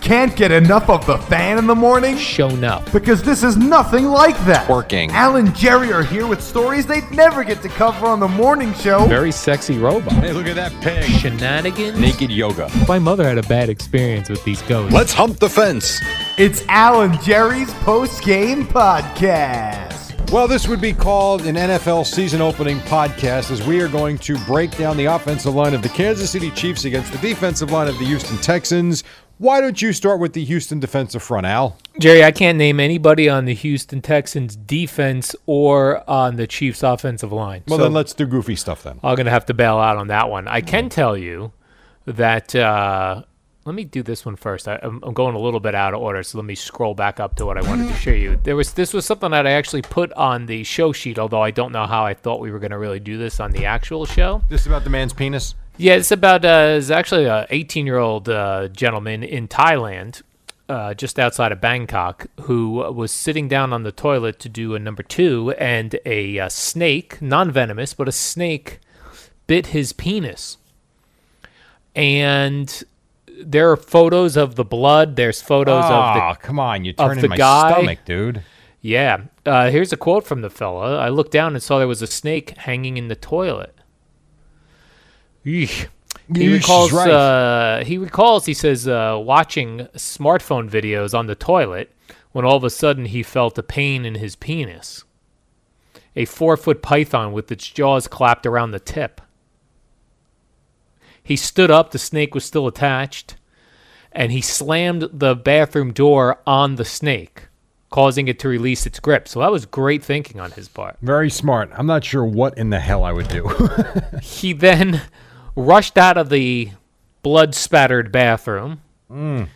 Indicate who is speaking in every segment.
Speaker 1: Can't get enough of the fan in the morning?
Speaker 2: shown up.
Speaker 1: Because this is nothing like that.
Speaker 3: Working.
Speaker 1: Al and Jerry are here with stories they'd never get to cover on the morning show.
Speaker 2: Very sexy robot.
Speaker 3: Hey, look at that pig.
Speaker 2: Shenanigans.
Speaker 3: Naked yoga.
Speaker 2: My mother had a bad experience with these ghosts.
Speaker 3: Let's hump the fence.
Speaker 1: It's Al and Jerry's post game podcast.
Speaker 4: Well, this would be called an NFL season opening podcast as we are going to break down the offensive line of the Kansas City Chiefs against the defensive line of the Houston Texans. Why don't you start with the Houston defensive front, Al?
Speaker 2: Jerry, I can't name anybody on the Houston Texans defense or on the Chiefs offensive line.
Speaker 4: Well,
Speaker 2: So
Speaker 4: then let's do goofy stuff then.
Speaker 2: I'm going to have to bail out on that one. I can tell you that. Uh, let me do this one first. I, I'm, I'm going a little bit out of order, so let me scroll back up to what I wanted to show you. There was this was something that I actually put on the show sheet, although I don't know how I thought we were going to really do this on the actual show.
Speaker 4: This about the man's penis.
Speaker 2: Yeah, it's about uh, it's actually a 18 year old uh, gentleman in Thailand, uh, just outside of Bangkok, who was sitting down on the toilet to do a number two, and a uh, snake, non venomous, but a snake, bit his penis. And there are photos of the blood. There's photos of the
Speaker 4: Oh, come on. You're turning
Speaker 2: the
Speaker 4: my
Speaker 2: guy.
Speaker 4: stomach, dude.
Speaker 2: yeah. Uh, here's a quote from the fella. I looked down and saw there was a snake hanging in the toilet. Eesh. He
Speaker 4: Yeesh,
Speaker 2: recalls.
Speaker 4: right.
Speaker 2: Uh, he recalls. He says uh, watching smartphone videos on the toilet when all of a sudden he felt a pain in his penis. A four-foot python with its jaws clapped around the tip. He stood up. The snake was still attached and he slammed the bathroom door on the snake, causing it to release its grip. So that was great thinking on his part.
Speaker 4: Very smart. I'm not sure what in the hell I would do.
Speaker 2: He then rushed out of the blood spattered bathroom,
Speaker 4: Mm.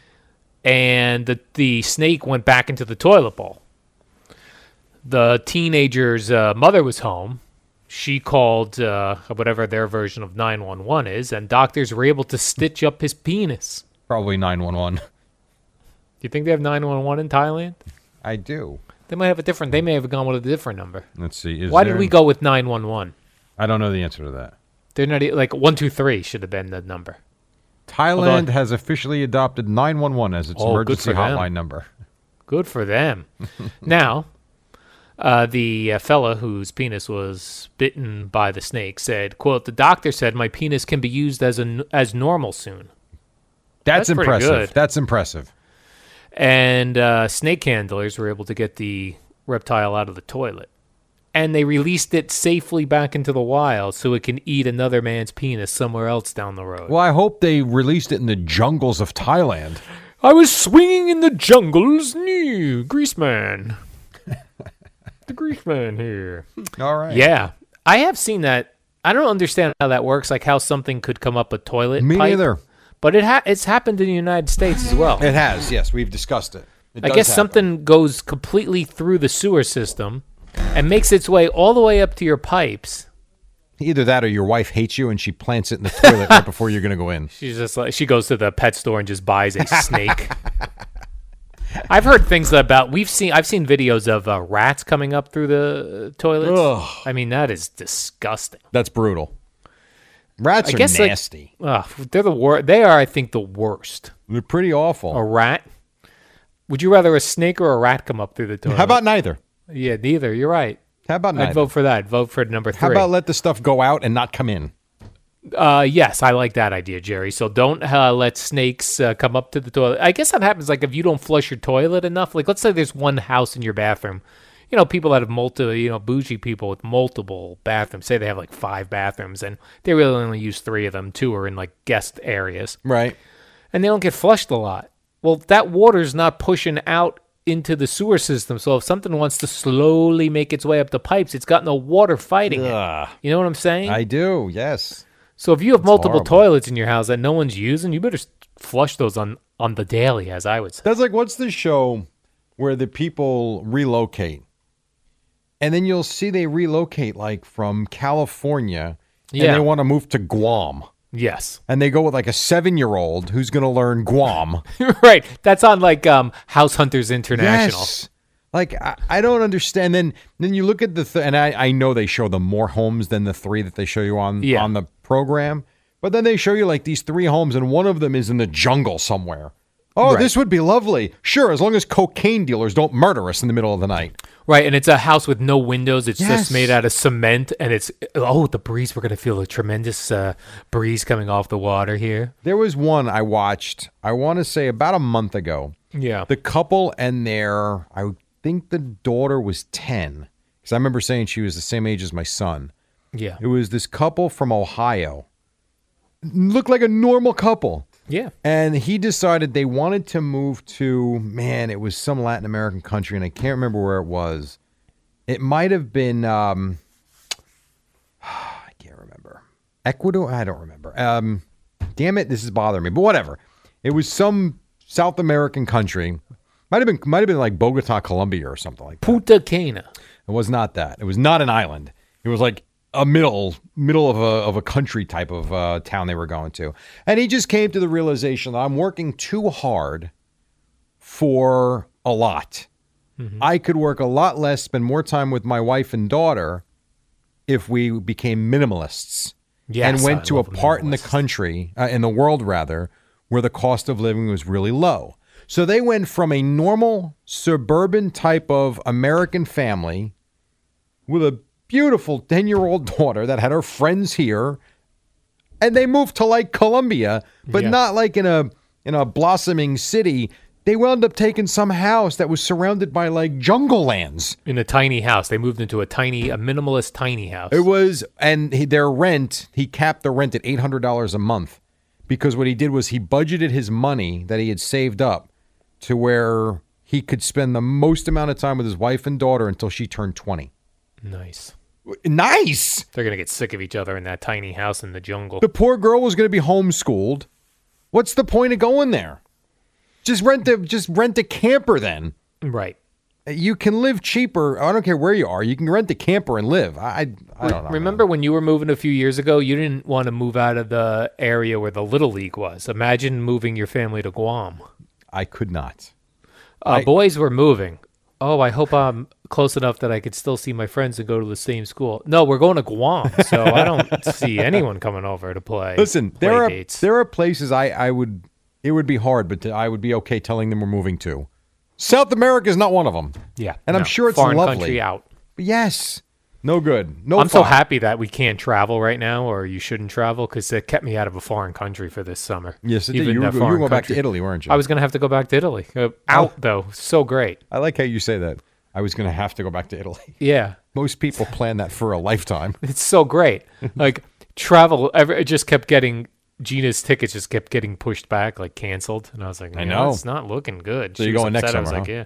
Speaker 2: and the, the snake went back into the toilet bowl. The teenager's uh, mother was home. She called uh, whatever their version of 911 is, and doctors were able to stitch up his penis.
Speaker 4: Probably 911.
Speaker 2: Do you think they have 911 in Thailand?
Speaker 4: I do.
Speaker 2: They might have a different. They may have gone with a different number.
Speaker 4: Let's see. Is
Speaker 2: Why
Speaker 4: there-
Speaker 2: did we go with nine one one?
Speaker 4: I don't know the answer to that.
Speaker 2: They're not e- like one two three should have been the number.
Speaker 4: Thailand has officially adopted 911 as its
Speaker 2: Oh, good
Speaker 4: emergency
Speaker 2: for them.
Speaker 4: hotline number.
Speaker 2: Good for them. now, uh, the uh, fella whose penis was bitten by the snake said, "quote The doctor said my penis can be used as an as normal soon."
Speaker 4: That's,
Speaker 2: That's pretty good.
Speaker 4: impressive. That's impressive.
Speaker 2: And uh, snake handlers were able to get the reptile out of the toilet, and they released it safely back into the wild so it can eat another man's penis somewhere else down the road.
Speaker 4: Well, I hope they released it in the jungles of Thailand.
Speaker 2: I was swinging in the jungles, new grease man. the grease man here.
Speaker 4: All right.
Speaker 2: Yeah, I have seen that. I don't understand how that works. Like how something could come up a toilet.
Speaker 4: Me
Speaker 2: pipe,
Speaker 4: neither.
Speaker 2: But it ha- it's happened in the United States as well.
Speaker 4: It has, yes. We've discussed it. It
Speaker 2: I
Speaker 4: does
Speaker 2: guess
Speaker 4: happen.
Speaker 2: something goes completely through the sewer system and makes its way all the way up to your pipes.
Speaker 4: Either that or your wife hates you and she plants it in the toilet right before you're going to go in.
Speaker 2: She's just like she goes to the pet store and just buys a snake. I've heard things about we've seen I've seen videos of uh, rats coming up through the uh, toilets. I mean that is disgusting.
Speaker 4: That's brutal. Rats
Speaker 2: I
Speaker 4: are
Speaker 2: guess like-
Speaker 4: nasty.
Speaker 2: Ugh, they're the wor- They are I think the worst.
Speaker 4: They're pretty awful.
Speaker 2: A rat Would you rather a snake or a rat come up through the toilet?
Speaker 4: How about neither?
Speaker 2: yeah, neither. You're right.
Speaker 4: How about neither?
Speaker 2: I'd vote for that. Vote for number
Speaker 4: How
Speaker 2: three.
Speaker 4: about let the stuff go out and not come in?
Speaker 2: Uh, yes, I like that idea, Jerry. So don't uh, let snakes uh, come up to the toilet. I guess that happens like if you don't flush your toilet enough. Like let's say there's one house in your bathroom. You know, people that have multiple, you know, bougie people with multiple bathrooms. Say they have like five bathrooms and they really only use three of them. Two are in like guest areas
Speaker 4: Right.
Speaker 2: and they don't get flushed a lot. Well, that water's not pushing out into the sewer system. So if something wants to slowly make its way up the pipes, it's got no water fighting
Speaker 4: Ugh.
Speaker 2: it. You know what I'm saying?
Speaker 4: I do. Yes.
Speaker 2: So if you have multiple
Speaker 4: horrible.
Speaker 2: toilets in your house that no one's using, you better s- flush those on on the daily, as I would say.
Speaker 4: That's like what's the show where the people relocate, and then you'll see they relocate like from California, and
Speaker 2: Yeah.
Speaker 4: they want to move to Guam,
Speaker 2: Yes,
Speaker 4: and they go with like a seven-year-old who's going to learn Guam.
Speaker 2: right. That's on like um, House Hunters International.
Speaker 4: Yes. Like I, I don't understand. Then then you look at the th- and I, I know they show them more homes than the three that they show you on
Speaker 2: Yeah.
Speaker 4: on the program, but then they show you like these three homes and one of them is in the jungle somewhere. Oh, this would be lovely. Sure, as long as cocaine dealers don't murder us in the middle of the night.
Speaker 2: Right, and it's a house with no windows. It's
Speaker 4: Yes.
Speaker 2: just made out of cement, and it's oh, the breeze. We're gonna feel a tremendous uh, breeze coming off the water here.
Speaker 4: There was one I watched. I want to say about a month ago.
Speaker 2: Yeah,
Speaker 4: The couple and their, I think the daughter was ten, because I remember saying she was the same age as my son.
Speaker 2: yeah,
Speaker 4: It was this couple from Ohio. Looked like a normal couple.
Speaker 2: yeah.
Speaker 4: And he decided they wanted to move to, man, it was some Latin American country, and I can't remember where it was. It might have been, um, I can't remember. Ecuador? I don't remember. Um, damn it, this is bothering me, but whatever. It was some South American country. Might have been, might have been like Bogota, Colombia, or something like that.
Speaker 2: Punta Cana.
Speaker 4: It was not that. It was not an island. It was like a middle middle of a of a country type of uh, town they were going to. And he just came to the realization that I'm working too hard for a lot. I could work a lot less, spend more time with my wife and daughter if we became minimalists
Speaker 2: Yes,
Speaker 4: and
Speaker 2: I
Speaker 4: went to a
Speaker 2: love
Speaker 4: part in the
Speaker 2: minimalist.
Speaker 4: country, uh, in the world rather, where the cost of living was really low. So they went from a normal suburban type of American family with a beautiful 10 year old daughter that had her friends here and they moved to like Columbia, but
Speaker 2: Yeah.
Speaker 4: not like in a in a blossoming city. They wound up taking some house that was surrounded by like jungle lands.
Speaker 2: in a tiny house. They moved into a tiny, a minimalist tiny house.
Speaker 4: It was, and he, their rent, he capped the rent at $800 a month because what he did was he budgeted his money that he had saved up to where he could spend the most amount of time with his wife and daughter until she turned 20.
Speaker 2: nice.
Speaker 4: Nice.
Speaker 2: They're gonna get sick of each other in that tiny house in the jungle.
Speaker 4: The poor girl was going to be homeschooled. What's the point of going there? Just rent a just rent a camper then.
Speaker 2: right.
Speaker 4: You can live cheaper. I don't care where you are. You can rent a camper and live. I I, I don't know.
Speaker 2: Remember when you were moving a few years ago? You didn't want to move out of the area where the little league was. Imagine moving your family to Guam.
Speaker 4: I could not.
Speaker 2: Uh, boys were moving. Oh, I hope I'm close enough that I could still see my friends and go to the same school. No, we're going to Guam, so I don't see anyone coming over to play.
Speaker 4: Listen, there
Speaker 2: play
Speaker 4: are
Speaker 2: dates.
Speaker 4: there are places I I would it would be hard, but I would be okay telling them we're moving to. South America is not one of them.
Speaker 2: yeah,
Speaker 4: and I'm
Speaker 2: no,
Speaker 4: sure it's
Speaker 2: foreign
Speaker 4: lovely.
Speaker 2: country out.
Speaker 4: But yes. No good. No.
Speaker 2: I'm so
Speaker 4: fun.
Speaker 2: happy that we can't travel right now, or you shouldn't travel, because it kept me out of a foreign country for this summer.
Speaker 4: Yes, it did.
Speaker 2: Even
Speaker 4: You were
Speaker 2: that
Speaker 4: go- you were
Speaker 2: foreign
Speaker 4: going back to
Speaker 2: country.
Speaker 4: Italy, Oh. weren't you?
Speaker 2: I was going to have to go back to Italy. Uh, out though, so great.
Speaker 4: I like how you say that. I was going to have to go back to Italy.
Speaker 2: Yeah,
Speaker 4: Most people plan that for a lifetime.
Speaker 2: it's so great. like travel, every, it just kept getting Gina's tickets just kept getting pushed back, like canceled, and I was like,
Speaker 4: I
Speaker 2: "Man,
Speaker 4: know.
Speaker 2: it's not looking good.
Speaker 4: So
Speaker 2: She
Speaker 4: you're
Speaker 2: was
Speaker 4: going next
Speaker 2: upset. I was
Speaker 4: summer,
Speaker 2: like,
Speaker 4: huh?
Speaker 2: yeah.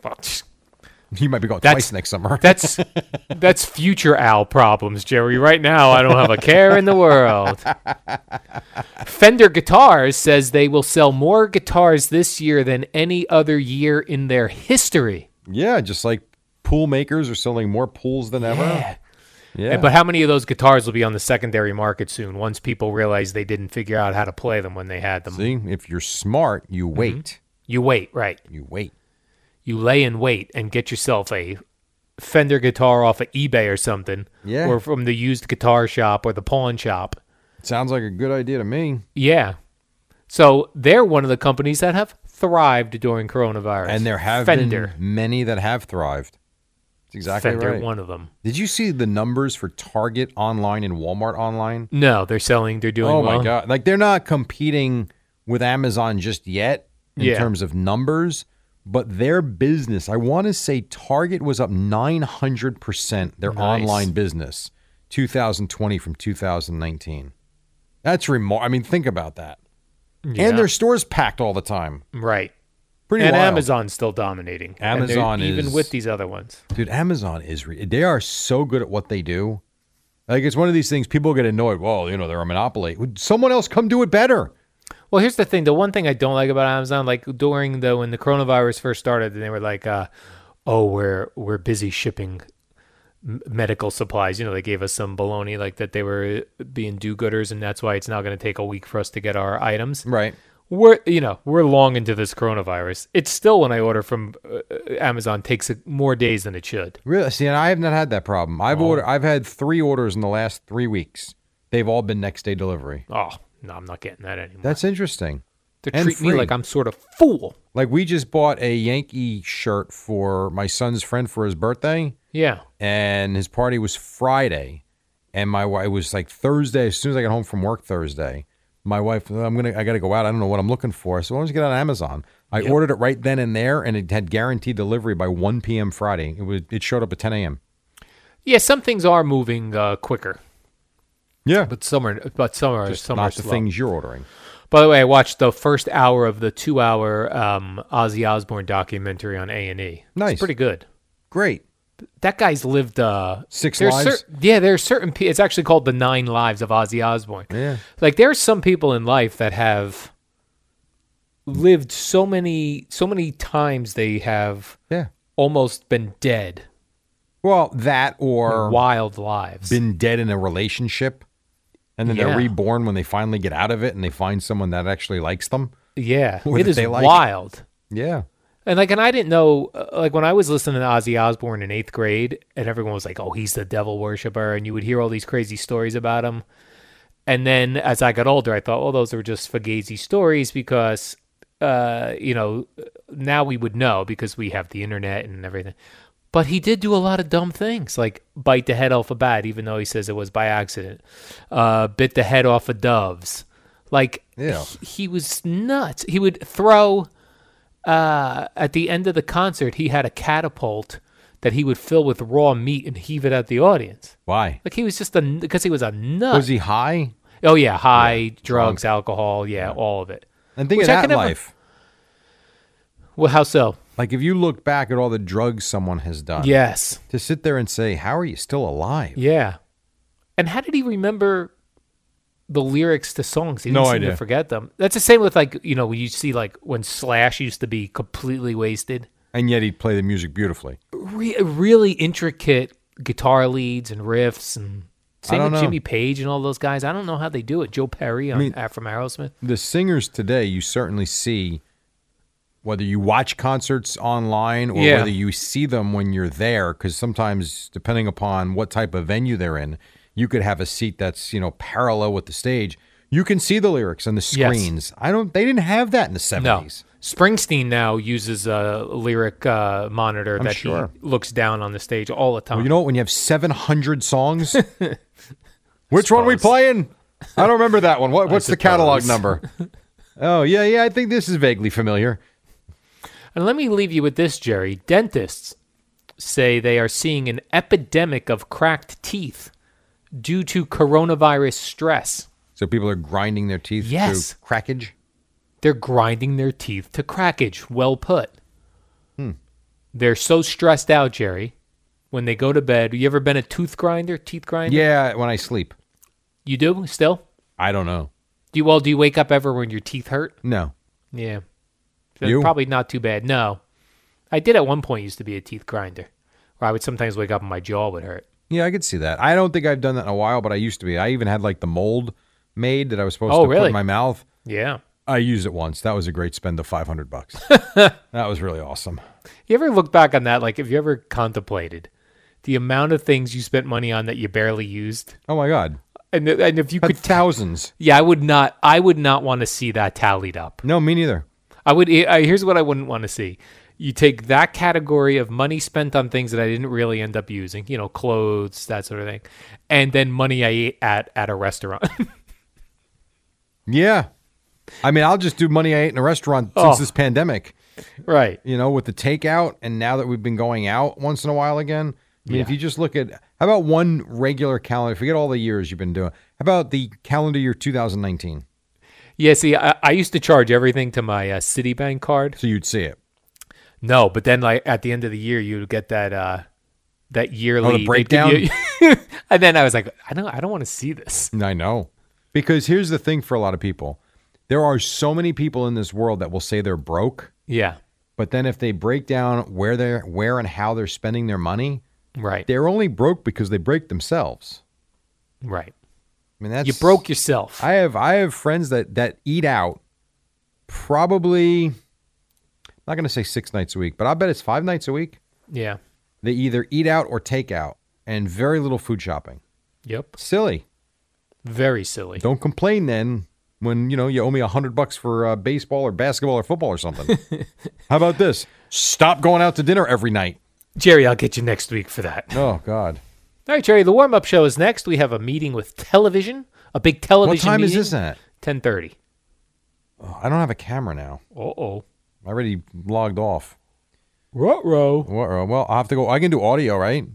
Speaker 2: But
Speaker 4: You might be going
Speaker 2: That's-
Speaker 4: twice next summer.
Speaker 2: That's that's future Al problems, Jerry. Right now, I don't have a care in the world. Fender Guitars says they will sell more guitars this year than any other year in their history.
Speaker 4: yeah, just like pool makers are selling more pools than ever. Yeah.
Speaker 2: And- But how many of those guitars will be on the secondary market soon once people realize they didn't figure out how to play them when they had them?
Speaker 4: See, if you're smart, you
Speaker 2: Mm-hmm.
Speaker 4: wait.
Speaker 2: You wait, right.
Speaker 4: You wait.
Speaker 2: You lay in wait and get yourself a Fender guitar off of eBay or something.
Speaker 4: Yeah.
Speaker 2: Or from the used guitar shop or the pawn shop.
Speaker 4: Sounds like a good idea to me.
Speaker 2: Yeah. So they're one of the companies that have thrived during coronavirus.
Speaker 4: And there have
Speaker 2: Fender.
Speaker 4: been many that have thrived. That's exactly
Speaker 2: Fender,
Speaker 4: right.
Speaker 2: one of them.
Speaker 4: Did you see the numbers for Target online and Walmart online?
Speaker 2: No, they're selling. They're doing
Speaker 4: oh
Speaker 2: well.
Speaker 4: my god! Like they're not competing with Amazon just yet in
Speaker 2: Yeah.
Speaker 4: terms of numbers, but their business. I want to say Target was up nine hundred percent their
Speaker 2: Nice.
Speaker 4: online business, two thousand twenty from two thousand nineteen. That's remarkable. I mean, think about that.
Speaker 2: Yeah.
Speaker 4: And their stores packed all the time.
Speaker 2: right.
Speaker 4: Pretty
Speaker 2: and
Speaker 4: wild.
Speaker 2: Amazon's still dominating. And they're-
Speaker 4: Amazon
Speaker 2: even
Speaker 4: is-
Speaker 2: with these other ones.
Speaker 4: Dude, Amazon is re- they are so good at what they do. Like it's one of these things people get annoyed. Well, you know they're a monopoly. Would someone else come do it better?
Speaker 2: Well, here's the thing. The one thing I don't like about Amazon, like during the when the coronavirus first started, and they were like, uh, "Oh, we're we're busy shipping m- medical supplies." You know, they gave us some baloney like that they were being do-gooders, and that's why it's now going to take a week for us to get our items.
Speaker 4: Right.
Speaker 2: We're you know we're long into this coronavirus. It's still when I order from uh, Amazon takes uh, more days than it should.
Speaker 4: Really? See, and I have not had that problem. I've ordered. I've had three orders in the last three weeks. They've all been next day delivery.
Speaker 2: Oh no, I'm not getting that anymore.
Speaker 4: That's interesting.
Speaker 2: They're
Speaker 4: and
Speaker 2: treating me
Speaker 4: free.
Speaker 2: like I'm sort of fool.
Speaker 4: Like we just bought a Yankee shirt for my son's friend for his birthday,
Speaker 2: Yeah.
Speaker 4: and his party was Friday, and my wife it was like Thursday. As soon as I got home from work Thursday, my wife, I'm gonna, I gotta go out. I don't know what I'm looking for. So I always get on Amazon. I ordered it right then and there, and it had guaranteed delivery by 1 p.m. Friday. It was, it showed up at 10 a.m.
Speaker 2: Yeah, some things are moving uh, quicker,
Speaker 4: Yeah, but
Speaker 2: but some are but some are
Speaker 4: just
Speaker 2: some are
Speaker 4: not the
Speaker 2: slow.
Speaker 4: things you're ordering.
Speaker 2: By the way, I watched the first hour of the two-hour um, Ozzy Osbourne documentary on A and E.
Speaker 4: Nice.
Speaker 2: it's pretty good.
Speaker 4: Great.
Speaker 2: That guy's lived uh,
Speaker 4: Six
Speaker 2: there's
Speaker 4: lives?
Speaker 2: cer- yeah, there are certain. Pe- it's actually called the Nine Lives of Ozzy Osbourne.
Speaker 4: Yeah.
Speaker 2: like there are some people in life that have lived so many so many times they have
Speaker 4: Yeah.
Speaker 2: almost been dead,
Speaker 4: Well, that or
Speaker 2: wild lives.
Speaker 4: been dead in a relationship, and then
Speaker 2: Yeah.
Speaker 4: they're reborn when they finally get out of it, and they find someone that actually likes them.
Speaker 2: yeah,
Speaker 4: Or
Speaker 2: it
Speaker 4: that
Speaker 2: is
Speaker 4: they like.
Speaker 2: wild.
Speaker 4: Yeah,
Speaker 2: And like, and I didn't know, uh, like when I was listening to Ozzy Osbourne in eighth grade, and everyone was like, "Oh, he's the devil worshiper," and you would hear all these crazy stories about him. And then as I got older, I thought, "Well, those were just fugazi stories," because, uh, you know, now we would know because we have the internet and everything. But he did do a lot of dumb things, like bite the head off a bat, even though he says it was by accident. Uh, bit the head off of doves. Like,
Speaker 4: Yeah.
Speaker 2: he, he was nuts. He would throw uh, at the end of the concert, he had a catapult that he would fill with raw meat and heave it at the audience.
Speaker 4: why?
Speaker 2: Like he was just a because he was a nut.
Speaker 4: Was he high?
Speaker 2: Oh yeah, high drugs, alcohol, yeah, all of it.
Speaker 4: And think
Speaker 2: Which
Speaker 4: of
Speaker 2: I
Speaker 4: that
Speaker 2: can never-
Speaker 4: life.
Speaker 2: Well, how so?
Speaker 4: Like if you look back at all the drugs someone has done,
Speaker 2: Yes,
Speaker 4: to sit there and say, "How are you still alive?"
Speaker 2: yeah. And how did he remember the lyrics to songs? He didn't
Speaker 4: No
Speaker 2: seem
Speaker 4: idea.
Speaker 2: to forget them. That's the same with like you know when you see like when Slash used to be completely wasted.
Speaker 4: And yet he'd play the music beautifully.
Speaker 2: re- really intricate guitar leads and riffs and same
Speaker 4: don't
Speaker 2: with
Speaker 4: know.
Speaker 2: Jimmy Page and all those guys. I don't know how they do it. Joe Perry on
Speaker 4: mean-
Speaker 2: Afro from Aerosmith.
Speaker 4: The singers today, you certainly see. Whether you watch concerts online or
Speaker 2: Yeah.
Speaker 4: whether you see them when you're there, because sometimes depending upon what type of venue they're in, you could have a seat that's you know parallel with the stage. You can see the lyrics on the
Speaker 2: Yes.
Speaker 4: screens. I don't. They didn't have that in the
Speaker 2: No.
Speaker 4: seventies.
Speaker 2: Springsteen now uses a lyric uh, monitor that
Speaker 4: sure.
Speaker 2: he looks down on the stage all the time.
Speaker 4: Well, Oh, you know what? When you have 700 songs, which one we
Speaker 2: Suppose.
Speaker 4: playing? I don't remember that one. What, what's the catalog
Speaker 2: suppose.
Speaker 4: number? Oh, yeah, yeah. I think this is vaguely familiar.
Speaker 2: and let me leave you with this, Jerry. Dentists say they are seeing an epidemic of cracked teeth due to coronavirus stress.
Speaker 4: So people are grinding their teeth
Speaker 2: Yes.
Speaker 4: through crackage.
Speaker 2: They're grinding their teeth to crackage. Well put.
Speaker 4: Hmm.
Speaker 2: They're so stressed out, Jerry. When they go to bed, you ever been a tooth grinder, teeth grinder?
Speaker 4: Yeah, when I sleep.
Speaker 2: You do still?
Speaker 4: I don't know.
Speaker 2: Do you well? Do you wake up ever when your teeth hurt?
Speaker 4: No.
Speaker 2: Yeah. So
Speaker 4: You?
Speaker 2: Probably not too bad. No, I did at one point used to be a teeth grinder, where I would sometimes wake up and my jaw would hurt.
Speaker 4: Yeah, I could see that. I don't think I've done that in a while, but I used to be. I even had like the mold made that I was supposed
Speaker 2: Oh,
Speaker 4: to put
Speaker 2: really?
Speaker 4: in my mouth.
Speaker 2: Yeah.
Speaker 4: I used it once. That was a great spend of 500 bucks. that was really awesome.
Speaker 2: You ever look back on that? Like, have you ever contemplated the amount of things you spent money on that you barely used?
Speaker 4: Oh my god.
Speaker 2: And and if you
Speaker 4: Had
Speaker 2: could
Speaker 4: thousands.
Speaker 2: Yeah, I would not. I would not want to see that tallied up.
Speaker 4: No, me neither.
Speaker 2: I would. I, here's what I wouldn't want to see. You take that category of money spent on things that I didn't really end up using, you know, clothes, that sort of thing, and then money I ate at at a restaurant.
Speaker 4: Yeah. I mean, I'll just do money I ate in a restaurant
Speaker 2: Oh.
Speaker 4: since this pandemic,
Speaker 2: right.
Speaker 4: you know, with the takeout. And now that we've been going out once in a while again, I mean, if you just look at how about one regular calendar, forget all the years you've been doing, how about the calendar year 2019?
Speaker 2: Yeah. See, I, I used to charge everything to my uh, Citibank card.
Speaker 4: So you'd see it.
Speaker 2: No, but then like at the end of the year, you'd get that uh that yearly they'd give
Speaker 4: Oh, breakdown?
Speaker 2: you- and then I was like, I don't, I don't want to see this.
Speaker 4: I know. Because here's the thing for a lot of people there are so many people in this world that will say they're broke,
Speaker 2: Yeah.
Speaker 4: but then if they break down where they're, where and how they're spending their money,
Speaker 2: Right.
Speaker 4: they're only broke because they break themselves.
Speaker 2: Right.
Speaker 4: I mean, that's
Speaker 2: You broke yourself.
Speaker 4: I have I have friends that that eat out probably I'm not going to say 6 nights a week, but I bet it's 5 nights a week.
Speaker 2: yeah.
Speaker 4: They either eat out or take out and very little food shopping.
Speaker 2: Yep.
Speaker 4: Silly.
Speaker 2: Very silly.
Speaker 4: Don't complain then when, you know, you owe me a 100 bucks for uh, baseball or basketball or football or something. How about this? Stop going out to dinner every night.
Speaker 2: Jerry, I'll get you next week for that.
Speaker 4: Oh god.
Speaker 2: All right, Jerry, the warm up show is next. We have a meeting with television, a big television
Speaker 4: What time is
Speaker 2: meeting.
Speaker 4: this at?
Speaker 2: 10.30.
Speaker 4: Oh, I don't have a camera now.
Speaker 2: Uh-oh.
Speaker 4: I already logged off.
Speaker 2: Ruh-roh.
Speaker 4: Well, well, I'll have to go. I can do audio, right?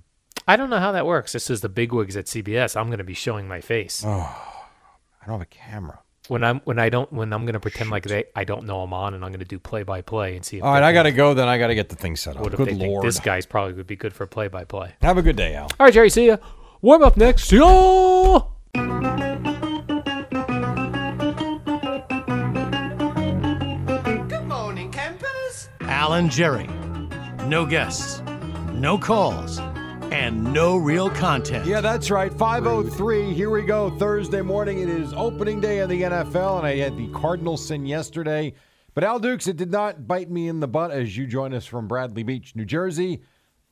Speaker 2: I don't know how that works. This is the bigwigs at CBS. I'm going to be showing my face
Speaker 4: I don't have a camera.
Speaker 2: when I'm when I don't when I'm going to pretend like they I don't know I'm on and I'm going to do play by play and see. If
Speaker 4: All right,
Speaker 2: they
Speaker 4: I
Speaker 2: think-
Speaker 4: got to go. Then I got to get the thing set up.
Speaker 2: What if
Speaker 4: Good
Speaker 2: they
Speaker 4: lord!
Speaker 2: think this guy's probably would be good for play by play?
Speaker 4: Have a good day, Al.
Speaker 2: All right, Jerry, see ya. Warm up next. See ya.
Speaker 5: Al and Jerry. No guests, no calls, and no real content.
Speaker 4: Yeah, that's right. 503. Here we go. Thursday morning. It is opening day of the NFL, and I had the Cardinals sin yesterday. But Al Dukes, it did not bite me in the butt as you join us from Bradley Beach, New Jersey.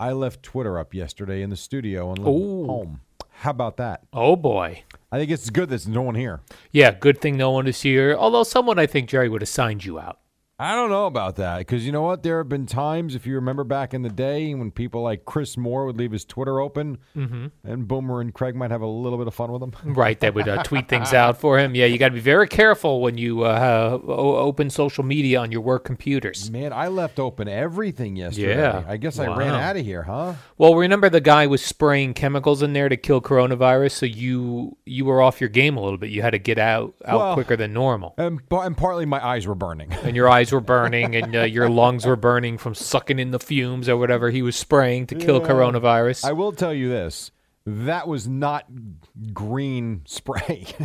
Speaker 4: I left Twitter up yesterday in the studio and left
Speaker 2: Ooh.
Speaker 4: home. How about that?
Speaker 2: Oh boy.
Speaker 4: I think it's good there's no one here.
Speaker 2: Yeah, good thing no one is here. Although someone I think Jerry would have signed you out.
Speaker 4: I don't know about that because you know what? There have been times, if you remember back in the day, when people like Chris Moore would leave his Twitter open,
Speaker 2: Mm-hmm.
Speaker 4: and Boomer and Craig might have a little bit of fun with him.
Speaker 2: Right, that would uh, tweet things out for him. Yeah, you got to be very careful when you uh, o- open social media on your work computers.
Speaker 4: Man, I left open everything yesterday.
Speaker 2: Yeah.
Speaker 4: I guess I ran
Speaker 2: Wow.
Speaker 4: out of here, huh?
Speaker 2: Well, remember the guy was spraying chemicals in there to kill coronavirus, so you you were off your game a little bit. You had to get out out
Speaker 4: Well-
Speaker 2: quicker than normal,
Speaker 4: And, par- and partly my eyes were burning.
Speaker 2: and your eyes were burning, and uh, your lungs were burning from sucking in the fumes or whatever he was spraying to kill coronavirus.
Speaker 4: I will tell you this that was not green spray.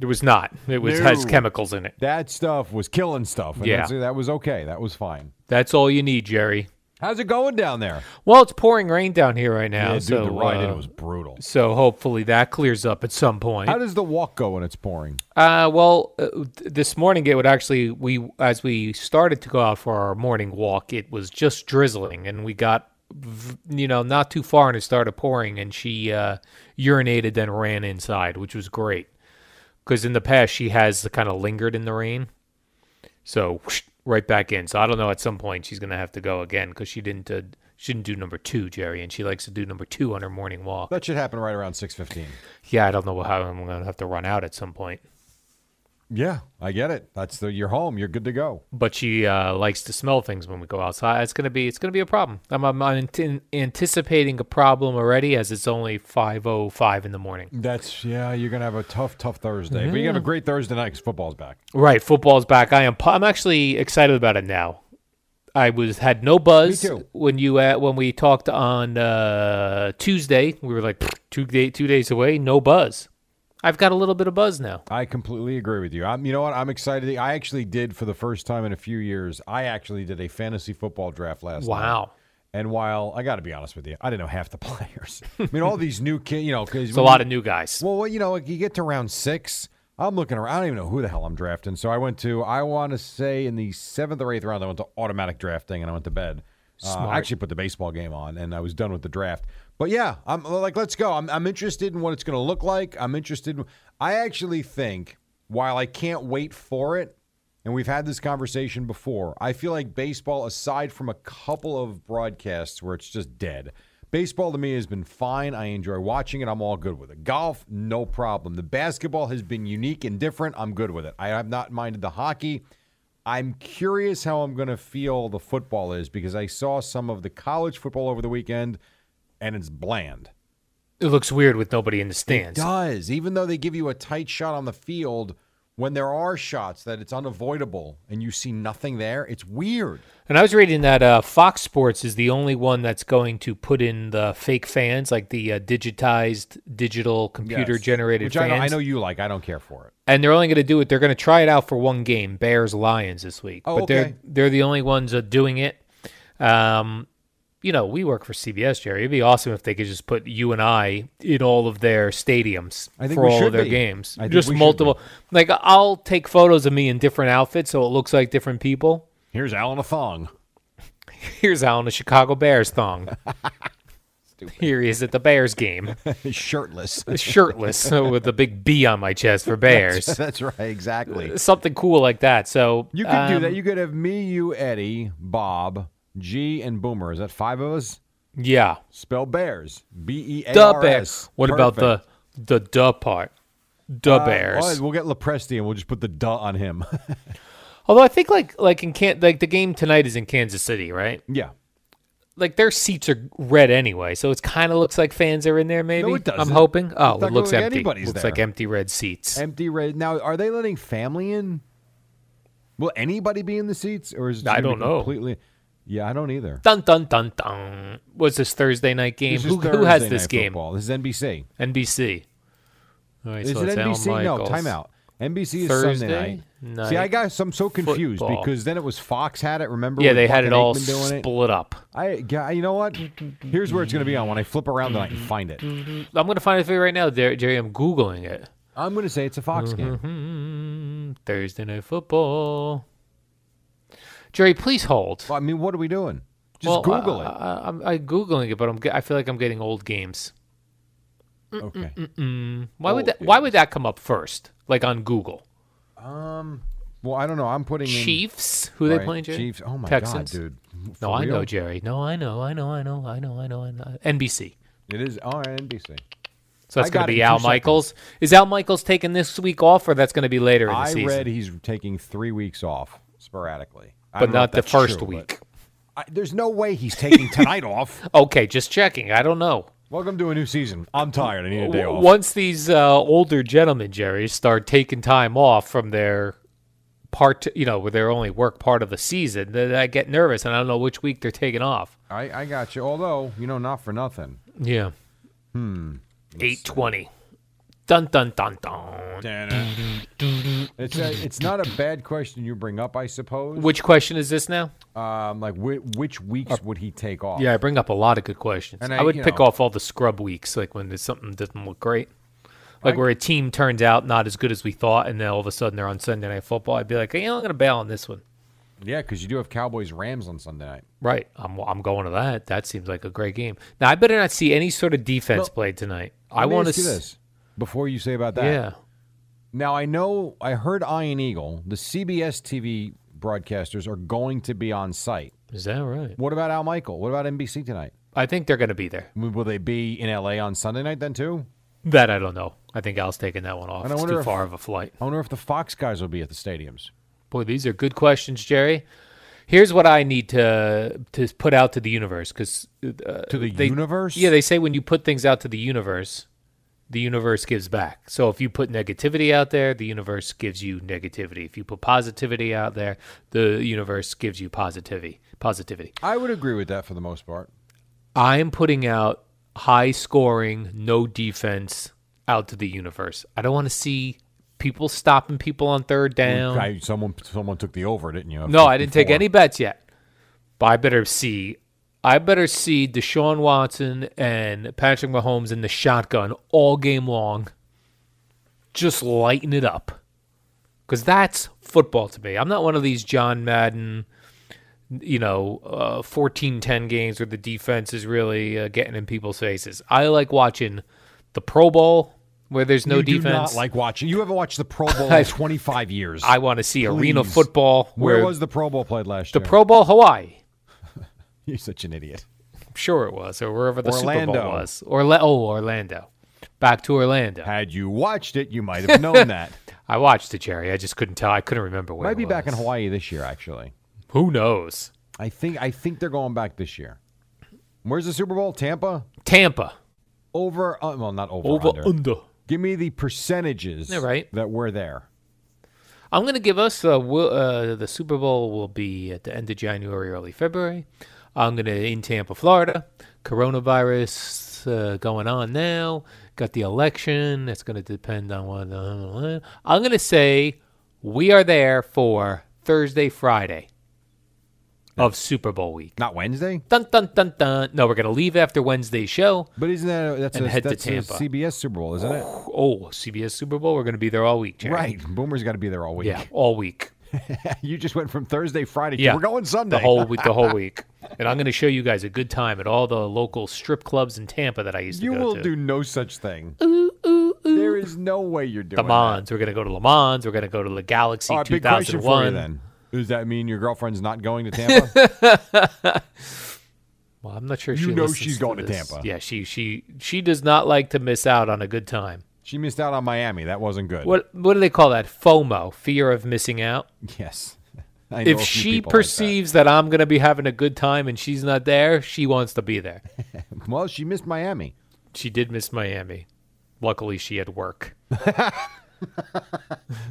Speaker 2: It was not. It was has
Speaker 4: No.
Speaker 2: chemicals in it.
Speaker 4: that stuff was killing stuff. And
Speaker 2: Yeah.
Speaker 4: that's- That was okay. That was fine.
Speaker 2: That's all you need, Jerry.
Speaker 4: How's it going down there?
Speaker 2: Well, it's pouring rain down here right now,
Speaker 4: yeah, dude,
Speaker 2: so
Speaker 4: the ride in
Speaker 2: uh,
Speaker 4: it was brutal.
Speaker 2: so hopefully that clears up at some point.
Speaker 4: How does the walk go when it's pouring?
Speaker 2: Uh, well, uh, th- this morning it would actually we as we started to go out for our morning walk, it was just drizzling, and we got v- you know not too far, and it started pouring, and she uh, urinated then ran inside, which was great because in the past she has kind of lingered in the rain, so whoosh, right back in. So I don't know. At some point she's gonna have to go again because she didn't uh, she didn't do number two, Jerry, and she likes to do number two on her morning walk.
Speaker 4: That should happen right around 6:15.
Speaker 2: Yeah, I don't know how I'm gonna have to run out at some point.
Speaker 4: Yeah, I get it. That's the you're home. You're good to go.
Speaker 2: but she uh, likes to smell things when we go outside. It's gonna be it's gonna be a problem. I'm, I'm ant- anticipating a problem already, as it's only five oh five in the morning.
Speaker 4: That's yeah. You're gonna have a tough, tough Thursday, but you have a great Thursday night because football's back.
Speaker 2: Right, football's back. I am pu- I'm actually excited about it now. I was had no buzz
Speaker 4: Me too.
Speaker 2: when you uh, when we talked on uh, Tuesday. We were like two day two days away, no buzz. I've got a little bit of buzz now.
Speaker 4: I completely agree with you. I'm, you know what? I'm excited. I actually did for the first time in a few years. I actually did a fantasy football draft last. night.
Speaker 2: Wow.
Speaker 4: And while I got to be honest with you, I didn't know half the players. I mean, all these new kids. You know, because
Speaker 2: It's a lot of new guys.
Speaker 4: Mm-hmm. Well, well, you know, you get to round six. I'm looking around. I don't even know who the hell I'm drafting. So I went to, I want to say in the seventh or eighth round, I went to automatic drafting and I went to bed. Uh, I actually put the baseball game on and I was done with the draft. But yeah, I'm like, let's go. I'm, I'm interested in what it's going to look like. I'm interested. In, I actually think while I can't wait for it, and we've had this conversation before. I feel like baseball, aside from a couple of broadcasts where it's just dead, baseball to me has been fine. I enjoy watching it. I'm all good with it. Golf, no problem. The basketball has been unique and different. I'm good with it. I have not minded the hockey. I'm curious how I'm going to feel the football is because I saw some of the college football over the weekend and it's bland.
Speaker 2: It looks weird with nobody in the stands.
Speaker 4: Does even though they give you a tight shot on the field when there are shots that it's unavoidable and you see nothing there, it's weird.
Speaker 2: And I was reading that uh, Fox Sports is the only one that's going to put in the fake fans, like the uh, digitized, digital,
Speaker 4: Yes.
Speaker 2: computer-generated
Speaker 4: Which I
Speaker 2: fans.
Speaker 4: know, I know you like. I don't care for it.
Speaker 2: and they're only going to do it. They're going to try it out for one game, Bears Lions this week.
Speaker 4: Oh,
Speaker 2: but
Speaker 4: okay.
Speaker 2: they're they're the only ones uh, doing it. Um, you know, we work for CBS, Jerry. It'd be awesome if they could just put you and I in all of their stadiums
Speaker 4: I think
Speaker 2: for
Speaker 4: we
Speaker 2: all
Speaker 4: should
Speaker 2: of their
Speaker 4: be.
Speaker 2: games.
Speaker 4: I think
Speaker 2: just
Speaker 4: we should
Speaker 2: multiple. Like I'll take photos of me in different outfits, so it looks like different people.
Speaker 4: Here's Alan a thong.
Speaker 2: Here's Al in a Chicago Bears thong. Here he is at the Bears game,
Speaker 4: shirtless.
Speaker 2: shirtless with a big B on my chest for Bears.
Speaker 4: That's right, exactly.
Speaker 2: Something cool like that. So
Speaker 4: You could do
Speaker 2: Um,
Speaker 4: that. You could have me, you, Eddie, Bob, G, and Boomer. Is that five of us?
Speaker 2: yeah.
Speaker 4: Spell bears. B E A
Speaker 2: the
Speaker 4: R
Speaker 2: bears.
Speaker 4: S.
Speaker 2: What about the
Speaker 4: Perfect.
Speaker 2: the duh part? The
Speaker 4: Uh,
Speaker 2: bears.
Speaker 4: all right, we'll get Lepresti and we'll just put the duh on him.
Speaker 2: Although I think like like in can like the game tonight is in Kansas City, right?
Speaker 4: yeah.
Speaker 2: Like their seats are red anyway, so it kind of looks like fans are in there. Maybe
Speaker 4: it doesn't.
Speaker 2: I'm hoping.
Speaker 4: It's not
Speaker 2: Oh, it
Speaker 4: gonna
Speaker 2: looks
Speaker 4: look like
Speaker 2: empty.
Speaker 4: anybody's
Speaker 2: Looks
Speaker 4: there.
Speaker 2: like empty red seats.
Speaker 4: Empty red. Now, are they letting family in? Will anybody be in the seats, or is it just
Speaker 2: I
Speaker 4: gonna
Speaker 2: don't
Speaker 4: be
Speaker 2: know.
Speaker 4: completely? Yeah, I don't either.
Speaker 2: dun dun dun dun. What's this Thursday night game?
Speaker 4: This is
Speaker 2: Who, who has
Speaker 4: Thursday
Speaker 2: this
Speaker 4: Night
Speaker 2: game?
Speaker 4: Football. This is NBC.
Speaker 2: NBC. All right,
Speaker 4: Is
Speaker 2: so
Speaker 4: it
Speaker 2: it's Al
Speaker 4: NBC? No,
Speaker 2: Michaels.
Speaker 4: timeout. NBC is Sunday
Speaker 2: Thursday
Speaker 4: night.
Speaker 2: night
Speaker 4: See, I got some so confused
Speaker 2: football.
Speaker 4: because then it was Fox had it. Remember?
Speaker 2: Yeah,
Speaker 4: with
Speaker 2: they had it
Speaker 4: Buck and
Speaker 2: all
Speaker 4: Aikman doing it.
Speaker 2: split up.
Speaker 4: I, yeah, you know what? Here's where it's going to be on when I flip around and I can find it.
Speaker 2: I'm gonna find it for you right now, Jer- Jerry. I'm googling it.
Speaker 4: I'm going to say it's a Fox
Speaker 2: Mm-hmm.
Speaker 4: game.
Speaker 2: Mm, Thursday night football. Jerry, please hold.
Speaker 4: Well, I mean, what are we doing? Just
Speaker 2: Well, uh,
Speaker 4: Google
Speaker 2: I,
Speaker 4: it.
Speaker 2: I, am I'm googling it, but I'm ge- I feel like I'm getting old games. uh, mm,
Speaker 4: Okay.
Speaker 2: Why would that? Why would that come up first? Like on Google,
Speaker 4: Well, I don't know. I'm putting in-
Speaker 2: Chiefs. Who they
Speaker 4: Right,
Speaker 2: playing? Jerry?
Speaker 4: Chiefs. Oh my
Speaker 2: Texans.
Speaker 4: god, dude. For
Speaker 2: No, I
Speaker 4: real?
Speaker 2: know Jerry. No, I know, I know, I know, I know, I know, I know. NBC.
Speaker 4: It is on NBC.
Speaker 2: So that's
Speaker 4: I
Speaker 2: going
Speaker 4: got
Speaker 2: to
Speaker 4: it
Speaker 2: be
Speaker 4: in
Speaker 2: Al
Speaker 4: two
Speaker 2: Michaels. Is Al Michaels taking this week off, or that's going to be later in the
Speaker 4: I
Speaker 2: season?
Speaker 4: read he's taking three weeks off sporadically, I
Speaker 2: but
Speaker 4: don't know if
Speaker 2: not the
Speaker 4: that's
Speaker 2: first
Speaker 4: true, but
Speaker 2: week.
Speaker 4: I, there's no way he's taking tonight off.
Speaker 2: Okay, just checking. I don't know.
Speaker 4: Welcome to a new season. I'm tired. I need a day
Speaker 2: W-
Speaker 4: off.
Speaker 2: Once these uh, older gentlemen, Jerry, start taking time off from their part, you know, where they only work part of the season, then I get nervous and I don't know which week they're taking off.
Speaker 4: I, I got you. Although, you know, not for nothing.
Speaker 2: Yeah. Hmm. Eight twenty. Dun dun dun dun.
Speaker 4: It's a, it's not a bad question you bring up, I suppose.
Speaker 2: Which question is this now?
Speaker 4: Um, like whi which weeks would he take off?
Speaker 2: Uh, Yeah, I bring up a lot of good questions.
Speaker 4: And
Speaker 2: I,
Speaker 4: I-
Speaker 2: would
Speaker 4: you
Speaker 2: pick
Speaker 4: know-
Speaker 2: off all the scrub weeks, like when there's something doesn't look great, like where a team turns out not as good as we thought, and then all of a sudden they're on Sunday Night Football. I'd be like, hey, I'm gonna bail on this one.
Speaker 4: yeah, because you do have Cowboys Rams on Sunday night.
Speaker 2: Right, I'm I'm going to that. That seems like a great game. Now I better not see any sort of defense played tonight. I
Speaker 4: Let me
Speaker 2: want to
Speaker 4: ask you this before you say about that.
Speaker 2: Yeah,
Speaker 4: Now I know I heard Iron Eagle, the CBS TV broadcasters are going to be on site.
Speaker 2: is that right?
Speaker 4: What about Al Michael? What about NBC tonight?
Speaker 2: I think they're gonna be there.
Speaker 4: I mean, Will they be in LA on Sunday night then too?
Speaker 2: That I don't know. I think Al's taking that one off.
Speaker 4: And I
Speaker 2: It's
Speaker 4: wonder
Speaker 2: too
Speaker 4: if-
Speaker 2: far of a flight.
Speaker 4: I wonder if the Fox guys will be at the stadiums.
Speaker 2: Boy, these are good questions, Jerry. Here's what I need to to put out to the universe because
Speaker 4: to the
Speaker 2: they-
Speaker 4: universe?
Speaker 2: Yeah, they say when you put things out to the universe, the universe gives back. So if you put negativity out there, the universe gives you negativity. If you put positivity out there, the universe gives you positivity. Positivity.
Speaker 4: I would agree with that for the most part.
Speaker 2: I'm putting out high scoring, no defense out to the universe. I don't want to see people stopping people on third down.
Speaker 4: I, someone someone took the over, didn't you?
Speaker 2: No, I didn't take
Speaker 4: Before.
Speaker 2: any bets yet. But I better see I better see Deshaun Watson and Patrick Mahomes in the shotgun all game long. Just lighten it up. Cuz that's football to me. I'm not one of these John Madden you know, uh, 14-10 games where the defense is really uh, getting in people's faces. I like watching the Pro Bowl. where there's no
Speaker 4: you
Speaker 2: defense.
Speaker 4: do not like watching. You haven't watched the Pro Bowl in
Speaker 2: I've-
Speaker 4: 25 years.
Speaker 2: I want to see arena
Speaker 4: Please.
Speaker 2: football.
Speaker 4: Where,
Speaker 2: Where,
Speaker 4: was the Pro Bowl played last
Speaker 2: the
Speaker 4: year?
Speaker 2: Pro Bowl Hawaii?
Speaker 4: You're such an idiot.
Speaker 2: I'm sure it was, or wherever the Super
Speaker 4: Orlando.
Speaker 2: Bowl was. Orla- oh, Orlando. Back to Orlando.
Speaker 4: Had you watched it, you might have known that.
Speaker 2: I watched it, Jerry. I just couldn't tell. I couldn't remember where.
Speaker 4: might
Speaker 2: it
Speaker 4: be back in
Speaker 2: was.
Speaker 4: Hawaii this year, actually.
Speaker 2: Who knows?
Speaker 4: I think I think they're going back this year. Where's the Super Bowl? Tampa?
Speaker 2: Tampa.
Speaker 4: Over uh, well not over,
Speaker 2: Over
Speaker 4: under.
Speaker 2: under.
Speaker 4: Give me the percentages
Speaker 2: Yeah, right.
Speaker 4: that were there.
Speaker 2: I'm going to give us uh, will, uh, the Super Bowl will be at the end of January, early February. I'm going to in Tampa, Florida. Coronavirus uh, going on now. Got the election. It's going to depend on what. uh, I'm going to say we are there for Thursday, Friday of Super Bowl week.
Speaker 4: Not Wednesday?
Speaker 2: Dun dun dun dun. No, we're going to leave after Wednesday's show.
Speaker 4: But isn't that a, that's
Speaker 2: And
Speaker 4: a,
Speaker 2: head to
Speaker 4: that's a
Speaker 2: Tampa.
Speaker 4: CBS Super Bowl, isn't it?
Speaker 2: Oh, CBS Super Bowl. We're going to be there all week, Jerry.
Speaker 4: Right. Boomer's got to be there all week.
Speaker 2: Yeah, all week.
Speaker 4: you just went from Thursday, Friday. to
Speaker 2: Yeah,
Speaker 4: We're going Sunday.
Speaker 2: the whole week. The whole week, and I'm going to show you guys a good time at all the local strip clubs in Tampa that I used to
Speaker 4: you
Speaker 2: go
Speaker 4: will
Speaker 2: to.
Speaker 4: do no such thing. There is no way you're doing
Speaker 2: the
Speaker 4: that.
Speaker 2: Mons. We're going to go to Le Mans. We're going to go to the Galaxy
Speaker 4: All right, big question for you
Speaker 2: 2001.
Speaker 4: then. Does that mean your girlfriend's not going to Tampa?
Speaker 2: Well, I'm not sure
Speaker 4: You
Speaker 2: she
Speaker 4: know
Speaker 2: listens
Speaker 4: she's
Speaker 2: to
Speaker 4: going to
Speaker 2: this.
Speaker 4: Tampa.
Speaker 2: Yeah, she she she does not like to miss out on a good time.
Speaker 4: she missed out on Miami. That wasn't good.
Speaker 2: What what do they call that? FOMO, fear of missing out.
Speaker 4: Yes. I know a
Speaker 2: If
Speaker 4: few
Speaker 2: she
Speaker 4: people like that.
Speaker 2: perceives that I'm going to be having a good time and she's not there, she wants to be there.
Speaker 4: well, she missed Miami.
Speaker 2: She did miss Miami. Luckily, she had work.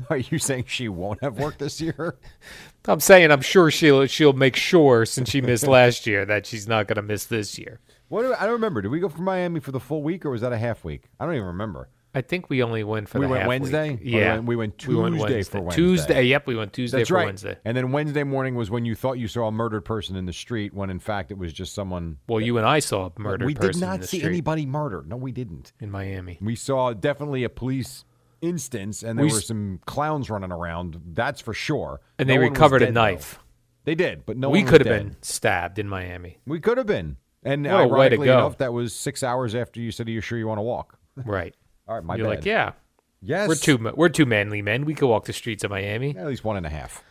Speaker 4: Are you saying she won't have work this year?
Speaker 2: I'm saying I'm sure she'll she'll make sure since she missed last year that she's not going to miss this year.
Speaker 4: What do, I don't remember. Did we go for Miami for the full week or was that a half week? I don't even remember.
Speaker 2: I think we only went for
Speaker 4: We
Speaker 2: the
Speaker 4: went
Speaker 2: half week.
Speaker 4: Wednesday? Or we
Speaker 2: Yeah,
Speaker 4: went- we went Tuesday for Wednesday.
Speaker 2: Tuesday, yep, we went Tuesday
Speaker 4: That's
Speaker 2: for
Speaker 4: right.
Speaker 2: Wednesday.
Speaker 4: And then Wednesday morning was when you thought you saw a murdered person in the street, when in fact it was just someone.
Speaker 2: Well, you and I saw a murdered
Speaker 4: we
Speaker 2: person
Speaker 4: did
Speaker 2: in
Speaker 4: not
Speaker 2: the
Speaker 4: see
Speaker 2: street
Speaker 4: anybody murdered. No, we didn't.
Speaker 2: in Miami.
Speaker 4: We saw definitely a police instance, and there
Speaker 2: We
Speaker 4: were
Speaker 2: s-
Speaker 4: some clowns running around. That's for sure.
Speaker 2: And
Speaker 4: No
Speaker 2: they
Speaker 4: one was
Speaker 2: recovered a
Speaker 4: dead, though.
Speaker 2: knife.
Speaker 4: They did, but no
Speaker 2: we
Speaker 4: one was
Speaker 2: could have
Speaker 4: dead.
Speaker 2: been stabbed in Miami.
Speaker 4: We could have been. And
Speaker 2: What a way to
Speaker 4: ironically
Speaker 2: go.
Speaker 4: enough, that was six hours after you said, "Are you sure you want to walk?"
Speaker 2: Right.
Speaker 4: All right, my
Speaker 2: You're
Speaker 4: bad.
Speaker 2: like, yeah,
Speaker 4: yes,
Speaker 2: we're two ma- we're two manly men. We could walk the streets of Miami.
Speaker 4: at least one and a half.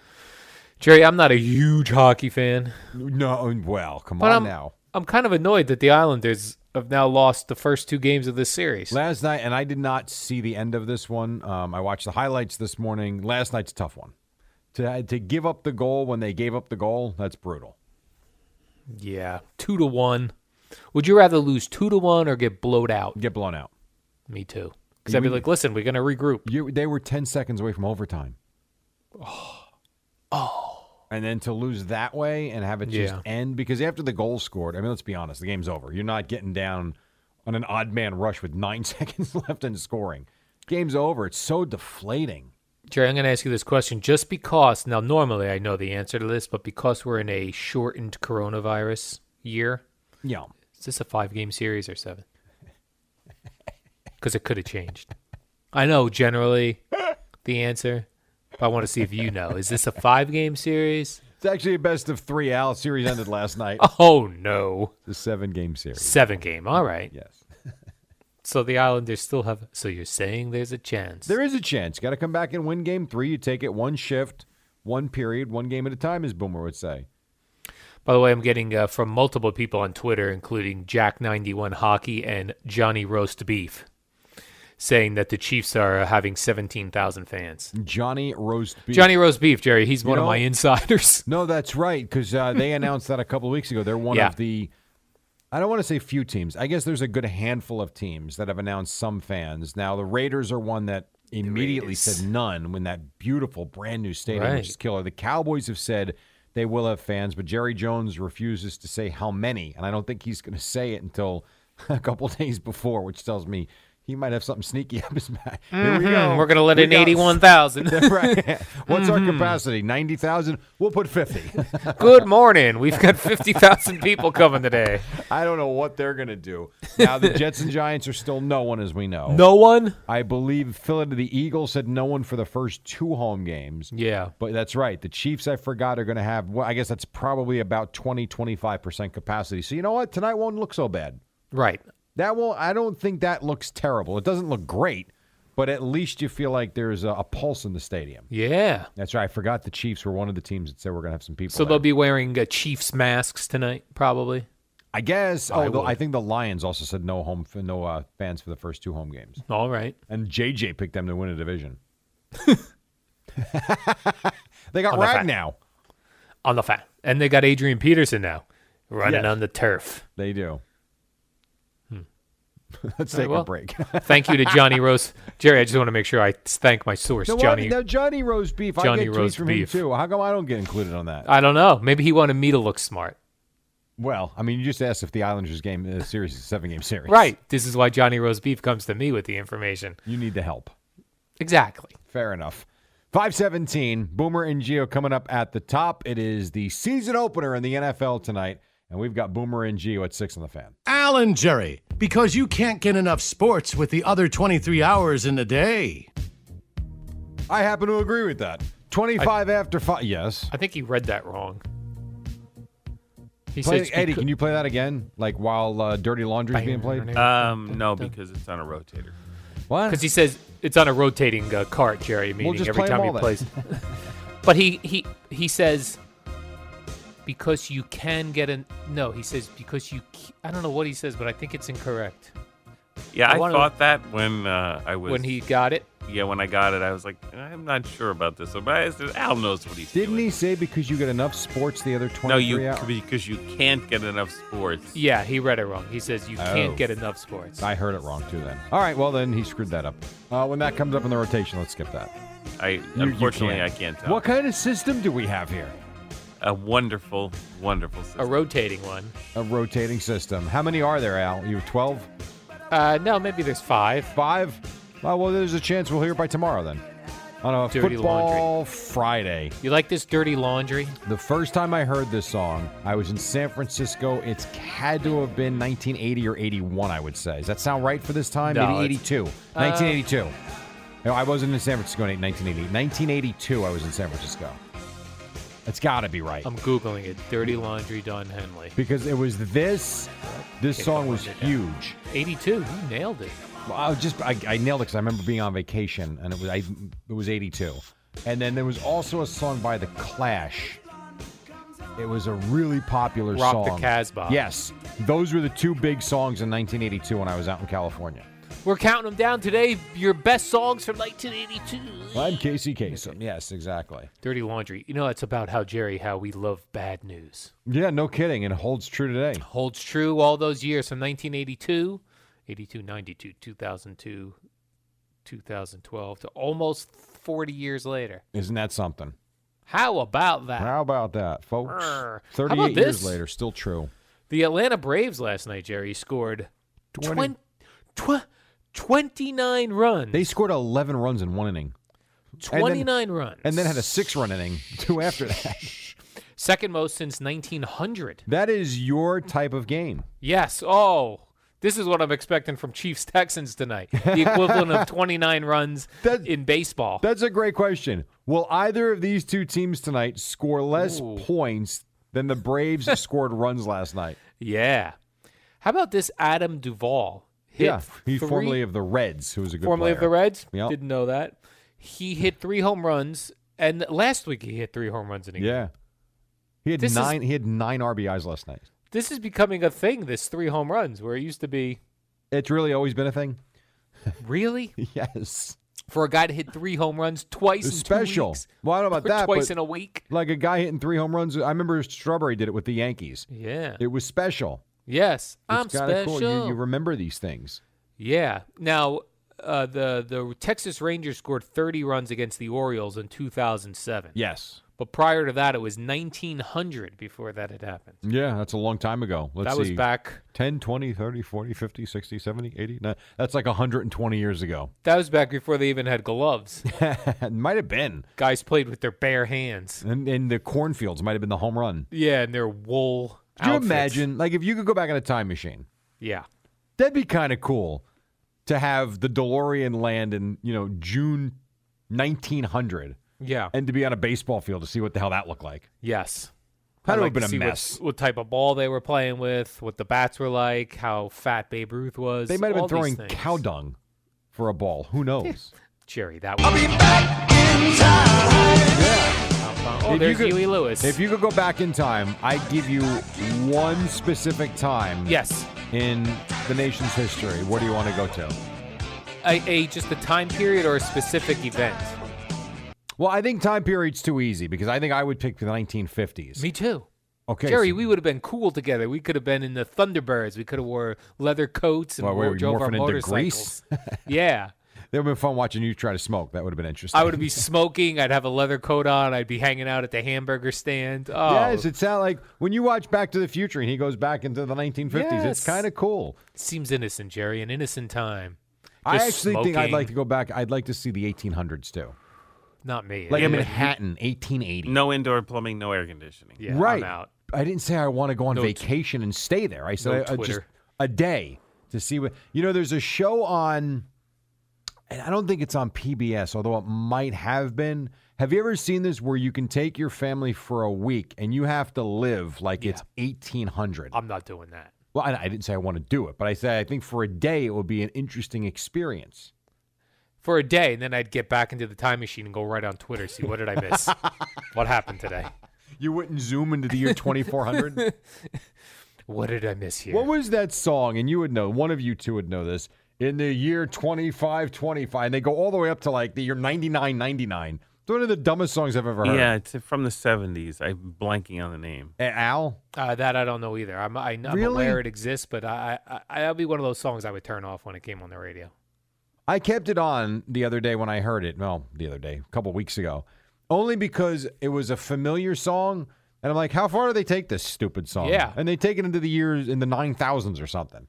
Speaker 2: Jerry, I'm not a huge hockey fan,
Speaker 4: No, um, well, come
Speaker 2: but um,
Speaker 4: on
Speaker 2: I'm
Speaker 4: now.
Speaker 2: I'm kind of annoyed that the Islanders have now lost the first two games of this series.
Speaker 4: Last night, and I did not see the end of this one. Um, I watched the highlights this morning. Last night's a tough one. To uh, to give up the goal when they gave up the goal, that's brutal.
Speaker 2: Yeah, two to one. Would you rather lose two to one or get blowed out?
Speaker 4: Get blown out.
Speaker 2: Me too. Because I'd be like, listen, we're gonna regroup.
Speaker 4: You, they were ten seconds away from overtime. Oh. And then to lose that way and have it just
Speaker 2: Yeah.
Speaker 4: end because after the goal scored, I mean, let's be honest, the game's over. You're not getting down on an odd man rush with nine seconds left and scoring. Game's over. It's so deflating.
Speaker 2: Jerry, I'm gonna ask you this question just because. Now, normally I know the answer to this, but because we're in a shortened coronavirus year,
Speaker 4: Yeah.
Speaker 2: is this a five game series or seven? Because it could have changed. I know generally the answer, but I want to see if you know. Is this a five game series?
Speaker 4: It's actually a best of three. Al series ended last night.
Speaker 2: Oh no,
Speaker 4: The seven game series.
Speaker 2: seven game. All right.
Speaker 4: Yes.
Speaker 2: So the Islanders still have. So you're saying there's a chance.
Speaker 4: There is a chance. Got to come back and win game three. You take it one shift, one period, one game at a time, as Boomer would say.
Speaker 2: By the way, I'm getting uh, from multiple people on Twitter, including Jack91 Hockey and Johnny Roast Beef, saying that the Chiefs are uh, having 17,000 fans.
Speaker 4: Johnny Roast Beef.
Speaker 2: Johnny Roast Beef, Jerry, he's one
Speaker 4: know-
Speaker 2: of my insiders.
Speaker 4: No, that's right, because uh, they announced that a couple weeks ago. They're one
Speaker 2: Yeah.
Speaker 4: of the, I don't want to say few teams. I guess there's a good handful of teams that have announced some fans. Now, the Raiders are one that immediately
Speaker 2: Raiders.
Speaker 4: said none when that beautiful brand new stadium
Speaker 2: Right.
Speaker 4: which is killer. The Cowboys have said they will have fans, but Jerry Jones refuses to say how many, and I don't think he's going to say it until a couple days before, which tells me he might have something sneaky up his back. Here we go.
Speaker 2: Mm-hmm. We're going to let
Speaker 4: We
Speaker 2: in
Speaker 4: got-
Speaker 2: 81,000.
Speaker 4: Right. What's
Speaker 2: Mm-hmm.
Speaker 4: our capacity? 90,000? We'll put 50.
Speaker 2: Good morning. We've got 50,000 people coming today.
Speaker 4: I don't know what they're going to do. Now, the Jets and Giants are still no one, as we know.
Speaker 2: No one?
Speaker 4: I believe Philadelphia, the Eagles said no one for the first two home games.
Speaker 2: Yeah.
Speaker 4: But that's right. The Chiefs, I forgot, are going to have, well, I guess that's probably about 20, 25% capacity. So, you know what? Tonight won't look so bad.
Speaker 2: Right.
Speaker 4: That will, I don't think that looks terrible. It doesn't look great, but at least you feel like there's a, a pulse in the stadium.
Speaker 2: Yeah.
Speaker 4: That's right. I forgot the Chiefs were one of the teams that said we're going to have some people.
Speaker 2: So
Speaker 4: there.
Speaker 2: they'll be wearing uh, Chiefs masks tonight, probably.
Speaker 4: I guess. Oh,
Speaker 2: I
Speaker 4: the-
Speaker 2: would.
Speaker 4: I think the Lions also said no home, f- no uh, fans for the first two home games,
Speaker 2: All right.
Speaker 4: and JJ picked them to win a division. they got
Speaker 2: Oh, that's
Speaker 4: Ragnow.
Speaker 2: right. On the fan. And they got Adrian Peterson now running
Speaker 4: Yes.
Speaker 2: on the turf.
Speaker 4: They do. Let's take
Speaker 2: Hmm. well.
Speaker 4: a break.
Speaker 2: Thank you to Johnny Rose. Jerry, I just want to make sure I thank my source,
Speaker 4: No,
Speaker 2: Johnny.
Speaker 4: Johnny, no, Johnny Rose beef. I
Speaker 2: Johnny
Speaker 4: get
Speaker 2: Roast
Speaker 4: tweets from
Speaker 2: Beef. Uh,
Speaker 4: him too. How come I don't get included on that?
Speaker 2: I don't know. Maybe he wanted me to look smart.
Speaker 4: well, I mean, you just asked if the Islanders game uh, series is a seven game series.
Speaker 2: Right. This is why Johnny Rose Beef comes to me with the information.
Speaker 4: You need the help.
Speaker 2: Exactly.
Speaker 4: Fair enough. 517, Boomer and Geo coming up at the top. It is the season opener in the NFL tonight, and we've got Boomer and Geo at six on the fan.
Speaker 5: Alan Jerry, because you can't get enough sports with the other 23 hours in the day.
Speaker 4: I happen to agree with that. 25 after five. Yes.
Speaker 2: I think he read that wrong. He
Speaker 4: Play,
Speaker 2: said
Speaker 4: Eddie, can you play that again? Like while uh, Dirty Laundry's being played?
Speaker 6: Um, no, because it's on a rotator.
Speaker 4: What?
Speaker 2: because he says it's on a rotating uh, cart, Jerry. Meaning
Speaker 4: just
Speaker 2: every
Speaker 4: play 'em
Speaker 2: time
Speaker 4: all
Speaker 2: he
Speaker 4: then.
Speaker 2: plays. but he he he says because you can get an no. He says because you. c- I don't know what he says, but I think it's incorrect.
Speaker 6: Yeah,
Speaker 2: I
Speaker 6: I,
Speaker 2: wanna-
Speaker 6: thought that when uh, I was
Speaker 2: When he got it,
Speaker 6: yeah when I got it, I was like, I'm not sure about this. But I said, Al knows what he's
Speaker 4: Didn't he
Speaker 6: doing.
Speaker 4: say because you get enough sports the other 23
Speaker 6: No, you
Speaker 4: hours?
Speaker 6: because you can't get enough sports.
Speaker 2: yeah, he read it wrong. He says you
Speaker 4: Oh.
Speaker 2: can't get enough sports.
Speaker 4: I heard it wrong too then. All right, well then he screwed that up. Uh, when that comes up in the rotation, let's skip that.
Speaker 6: I
Speaker 4: You- you
Speaker 6: unfortunately I can't tell.
Speaker 4: What kind of system do we have here?
Speaker 6: a wonderful, wonderful system.
Speaker 2: a rotating one.
Speaker 4: A rotating system. How many are there, Al? You have 12?
Speaker 2: Uh, no, maybe there's five.
Speaker 4: Five? Oh, well, there's a chance we'll hear it by tomorrow then. On a
Speaker 2: Dirty
Speaker 4: football Friday.
Speaker 2: You like this dirty laundry?
Speaker 4: The first time I heard this song, I was in San Francisco. It's had to have been 1980 or 81, I would say. Does that sound right for this time?
Speaker 2: No,
Speaker 4: Maybe
Speaker 2: it's- uh,
Speaker 4: 82. 1982. No, I wasn't in San Francisco in 1980. 1982, I was in San Francisco. It's got to be right.
Speaker 2: I'm googling it. Dirty laundry, Don Henley.
Speaker 4: because it was this. This song was huge.
Speaker 2: 82. You nailed it.
Speaker 4: Well, I was just I, I nailed it because I remember being on vacation and it was I it was eighty two, and then there was also a song by the Clash. It was a really popular
Speaker 2: Rock the
Speaker 4: song.
Speaker 2: Casbah.
Speaker 4: Yes, those were the two big songs in 1982 when I was out in California.
Speaker 2: We're counting them down today. Your best songs from 1982.
Speaker 4: I'm Casey Kasem. Yes, exactly.
Speaker 2: Dirty Laundry. You know, it's about how Jerry, how we love bad news.
Speaker 4: Yeah, no kidding. It holds true today.
Speaker 2: Holds true all those years from 1982, 82, 92, 2002, 2012 to almost 40 years later.
Speaker 4: Isn't that something?
Speaker 2: How about that?
Speaker 4: How about that, folks?
Speaker 2: Brr. How about
Speaker 4: 38 years
Speaker 2: this?
Speaker 4: later, still true.
Speaker 2: The Atlanta Braves last night, Jerry, scored 20, tw- 29 runs.
Speaker 4: They scored 11 runs in one inning,
Speaker 2: 29 runs.
Speaker 4: and then had a six-run inning two after that.
Speaker 2: second most since 1900.
Speaker 4: That is your type of game.
Speaker 2: Yes. Oh, this is what I'm expecting from Chiefs Texans tonight. The equivalent of 29 runs
Speaker 4: That-
Speaker 2: in baseball.
Speaker 4: That's a great question. Will either of these two teams tonight score less points than the Braves scored runs last night?
Speaker 2: yeah. How about this Adam Duvall? Hit
Speaker 4: yeah, he's
Speaker 2: three-
Speaker 4: formerly of the Reds, who was a good
Speaker 2: formerly of the
Speaker 4: player.
Speaker 2: Reds.
Speaker 4: Yep.
Speaker 2: Didn't know that. He hit three home runs, and last week he hit three home runs in a game.
Speaker 4: Yeah, he had
Speaker 2: This is-
Speaker 4: nine. He had nine RBIs last night.
Speaker 2: This is becoming a thing. This three home runs, where it used to be
Speaker 4: It's really always been a thing.
Speaker 2: really
Speaker 4: Yes,
Speaker 2: for a guy to hit three home runs twice.
Speaker 4: It's
Speaker 2: in two
Speaker 4: special.
Speaker 2: weeks,
Speaker 4: Well, I don't know
Speaker 2: or
Speaker 4: about that,
Speaker 2: Twice
Speaker 4: but-
Speaker 2: in a week.
Speaker 4: like a guy hitting three home runs. I remember Strawberry did it with the Yankees.
Speaker 2: Yeah.
Speaker 4: It was special.
Speaker 2: yes.
Speaker 4: It's
Speaker 2: I'm
Speaker 4: kinda
Speaker 2: special.
Speaker 4: Cool. You, you remember these things.
Speaker 2: Yeah. Now, uh, the the Texas Rangers scored 30 runs against the Orioles in 2007.
Speaker 4: Yes.
Speaker 2: But prior to that, it was 1900 before that had happened.
Speaker 4: Yeah, that's a long time ago. Mm, Let's
Speaker 2: that was
Speaker 4: see.
Speaker 2: back.
Speaker 4: 10, 20, 30, 40, 50, 60, 70, 80. No, that's like 120 years ago.
Speaker 2: That was back before they even had gloves.
Speaker 4: it might have been.
Speaker 2: Guys played with their bare hands.
Speaker 4: And, and the cornfields might have been the home run.
Speaker 2: Yeah, and their wool.
Speaker 4: Could you
Speaker 2: outfits.
Speaker 4: imagine, like, if you could go back in a time machine,
Speaker 2: Yeah.
Speaker 4: that'd be kind of cool to have the DeLorean land in, you know, June 1900
Speaker 2: Yeah.
Speaker 4: and to be on a baseball field to see what the hell that looked like.
Speaker 2: yes.
Speaker 4: That
Speaker 2: I'd
Speaker 4: would
Speaker 2: like
Speaker 4: have been
Speaker 2: to
Speaker 4: a
Speaker 2: see what-
Speaker 4: mess.
Speaker 2: What, type of ball they were playing with, what the bats were like, how fat Babe Ruth was.
Speaker 4: They might have been
Speaker 2: all these
Speaker 4: throwing
Speaker 2: things.
Speaker 4: cow dung for a ball. Who knows?
Speaker 2: Jerry, that one. Oh,
Speaker 4: If you
Speaker 2: there's
Speaker 4: could-
Speaker 2: Huey Lewis.
Speaker 4: If you could go back in time, I'd give you one specific time
Speaker 2: yes,
Speaker 4: in the nation's history. What do you want to go to?
Speaker 2: a, a just a time period or a specific event.
Speaker 4: Well, I think time period's too easy because I think I would pick the 1950s.
Speaker 2: Me too.
Speaker 4: okay,
Speaker 2: Jerry,
Speaker 4: so-
Speaker 2: we would have been cool together. We could have been in the Thunderbirds. We could have wore leather coats and
Speaker 4: Well,
Speaker 2: wore,
Speaker 4: we're
Speaker 2: drove our
Speaker 4: morphing into
Speaker 2: motorcycles. yeah,
Speaker 4: That would have been fun watching you try to smoke. That would have been interesting.
Speaker 2: I would be smoking. I'd have a leather coat on. I'd be hanging out at the hamburger stand. Oh,
Speaker 4: Yes, it sounds like when you watch Back to the Future and he goes back into the 1950s,
Speaker 2: Yes.
Speaker 4: it's kind of cool.
Speaker 2: seems innocent, Jerry. An innocent time.
Speaker 4: I
Speaker 2: Just
Speaker 4: actually think I'd
Speaker 2: smoking.
Speaker 4: like to go back. I'd like to see the 1800s too.
Speaker 2: Not me.
Speaker 4: Like
Speaker 2: Yeah,
Speaker 4: Manhattan, 1880.
Speaker 6: No indoor plumbing, no air conditioning.
Speaker 2: yeah,
Speaker 4: right.
Speaker 2: I'm out.
Speaker 4: I didn't say I want to go on
Speaker 2: No t-
Speaker 4: vacation and stay there. I said
Speaker 2: no
Speaker 4: I- I just-
Speaker 2: Twitter.
Speaker 4: a day to see what you know. There's a show on, and I don't think it's on PBS, although it might have been. Have you ever seen this where you can take your family for a week and you have to live like it's 1800?
Speaker 2: I'm not doing that.
Speaker 4: Well, I, I didn't say I want to do it, but I said I think for a day it would be an interesting experience.
Speaker 2: for a day, and then I'd get back into the time machine and go right on Twitter, see what did I miss, what happened today,
Speaker 4: You wouldn't zoom into the year 2400.
Speaker 2: what did I miss here?
Speaker 4: What was that song? And you would know. One of you two would know this. In the year 2525, and they go all the way up to like the year 9999. It's one of the dumbest songs I've ever heard.
Speaker 6: Yeah, it's from the 70s. I'm blanking on the name.
Speaker 4: Uh, Al?
Speaker 2: uh, that I don't know either. I'm, I, I'm
Speaker 4: Really?
Speaker 2: aware it exists, but I, I, I, that'll be one of those songs I would turn off when it came on the radio.
Speaker 4: I kept it on the other day when I heard it. Well, the other day, a couple weeks ago, only because it was a familiar song. And I'm like, how far do they take this stupid song?
Speaker 2: Yeah.
Speaker 4: And they take it into the years in the 9000s or something.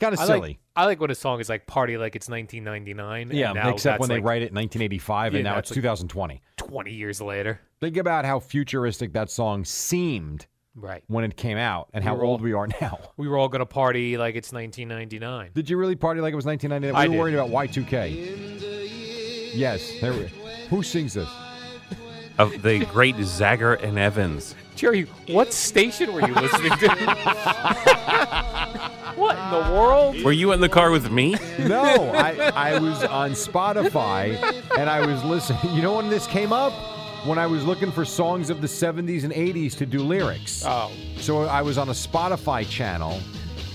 Speaker 4: Kind of
Speaker 2: I
Speaker 4: silly.
Speaker 2: like, I like when a song is like "Party Like It's 1999." and
Speaker 4: yeah,
Speaker 2: now that's
Speaker 4: except when they
Speaker 2: like
Speaker 4: write it in 1985
Speaker 2: Yeah,
Speaker 4: and now
Speaker 2: that's
Speaker 4: it's
Speaker 2: like-
Speaker 4: 2020.
Speaker 2: 20 years later,
Speaker 4: Think about how futuristic that song seemed
Speaker 2: right?
Speaker 4: when it came out and how
Speaker 2: We're all-
Speaker 4: old we are now.
Speaker 2: We were all gonna party like it's 1999.
Speaker 4: Did you really party like it was 1999?
Speaker 2: I
Speaker 4: we
Speaker 2: did.
Speaker 4: were worried about Y2K. Yes, there we Who sings this?
Speaker 6: Of the great Zagger and Evans.
Speaker 2: Jerry, what station were you listening to? what in the world?
Speaker 6: Were you in the car with me?
Speaker 4: No, I, I was on Spotify and I was listening. You know when this came up? When I was looking for songs of the 70s and 80s to do lyrics.
Speaker 2: Oh,
Speaker 4: So I was on a Spotify channel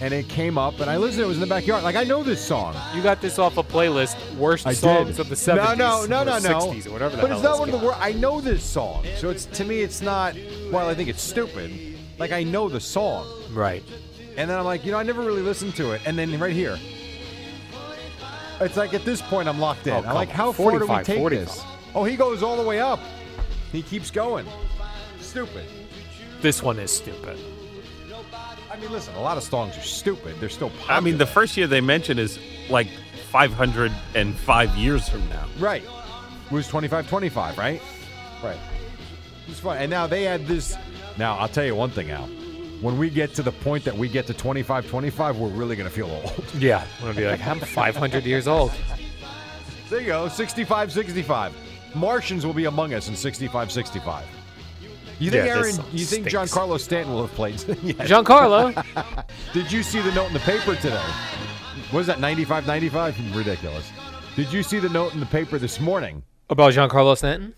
Speaker 4: and it came up and I listened. It was in the backyard. Like, I know this song.
Speaker 2: You got this off a playlist, worst
Speaker 4: I
Speaker 2: songs
Speaker 4: did.
Speaker 2: of the 70s.
Speaker 4: No, no, no, no,
Speaker 2: or
Speaker 4: no.
Speaker 2: 60s or whatever the
Speaker 4: But
Speaker 2: hell
Speaker 4: it's not
Speaker 2: this
Speaker 4: one of
Speaker 2: came
Speaker 4: the worst. I know this song, so it's to me, it's not. Well, I think it's stupid. Like I know the song,
Speaker 2: out. Right.
Speaker 4: and then I'm like, you know, I never really listened to it, and then right here, it's like at this point, I'm locked in.
Speaker 2: Oh,
Speaker 4: I'm
Speaker 2: come
Speaker 4: like,
Speaker 2: on.
Speaker 4: how far do we
Speaker 2: 45,
Speaker 4: take
Speaker 2: 45.
Speaker 4: this? Oh, he goes all the way up. He keeps going. Stupid.
Speaker 2: This one is stupid.
Speaker 4: I mean, listen, a lot of songs are stupid. They're still popular.
Speaker 6: I mean, the first year they mentioned is like 505 years from now.
Speaker 4: Right. It was 25 25, right? Right. It was fun. And now they had this. Now, I'll tell you one thing, Al. When we get to the point that we get to 25 25, we're really going to feel old.
Speaker 2: Yeah. I'm going to be like, I'm 500 years old.
Speaker 4: there you go. 65 65. Martians will be among us in 65 65. You think
Speaker 2: Yeah, this
Speaker 4: Aaron,
Speaker 2: song
Speaker 4: you think
Speaker 2: stinks.
Speaker 4: John Carlos Stanton will have played? yes.
Speaker 2: Giancarlo.
Speaker 4: Did you see the note in the paper today? Was that 95 95? Ridiculous. Did you see the note in the paper this morning?
Speaker 2: About Giancarlo Stanton?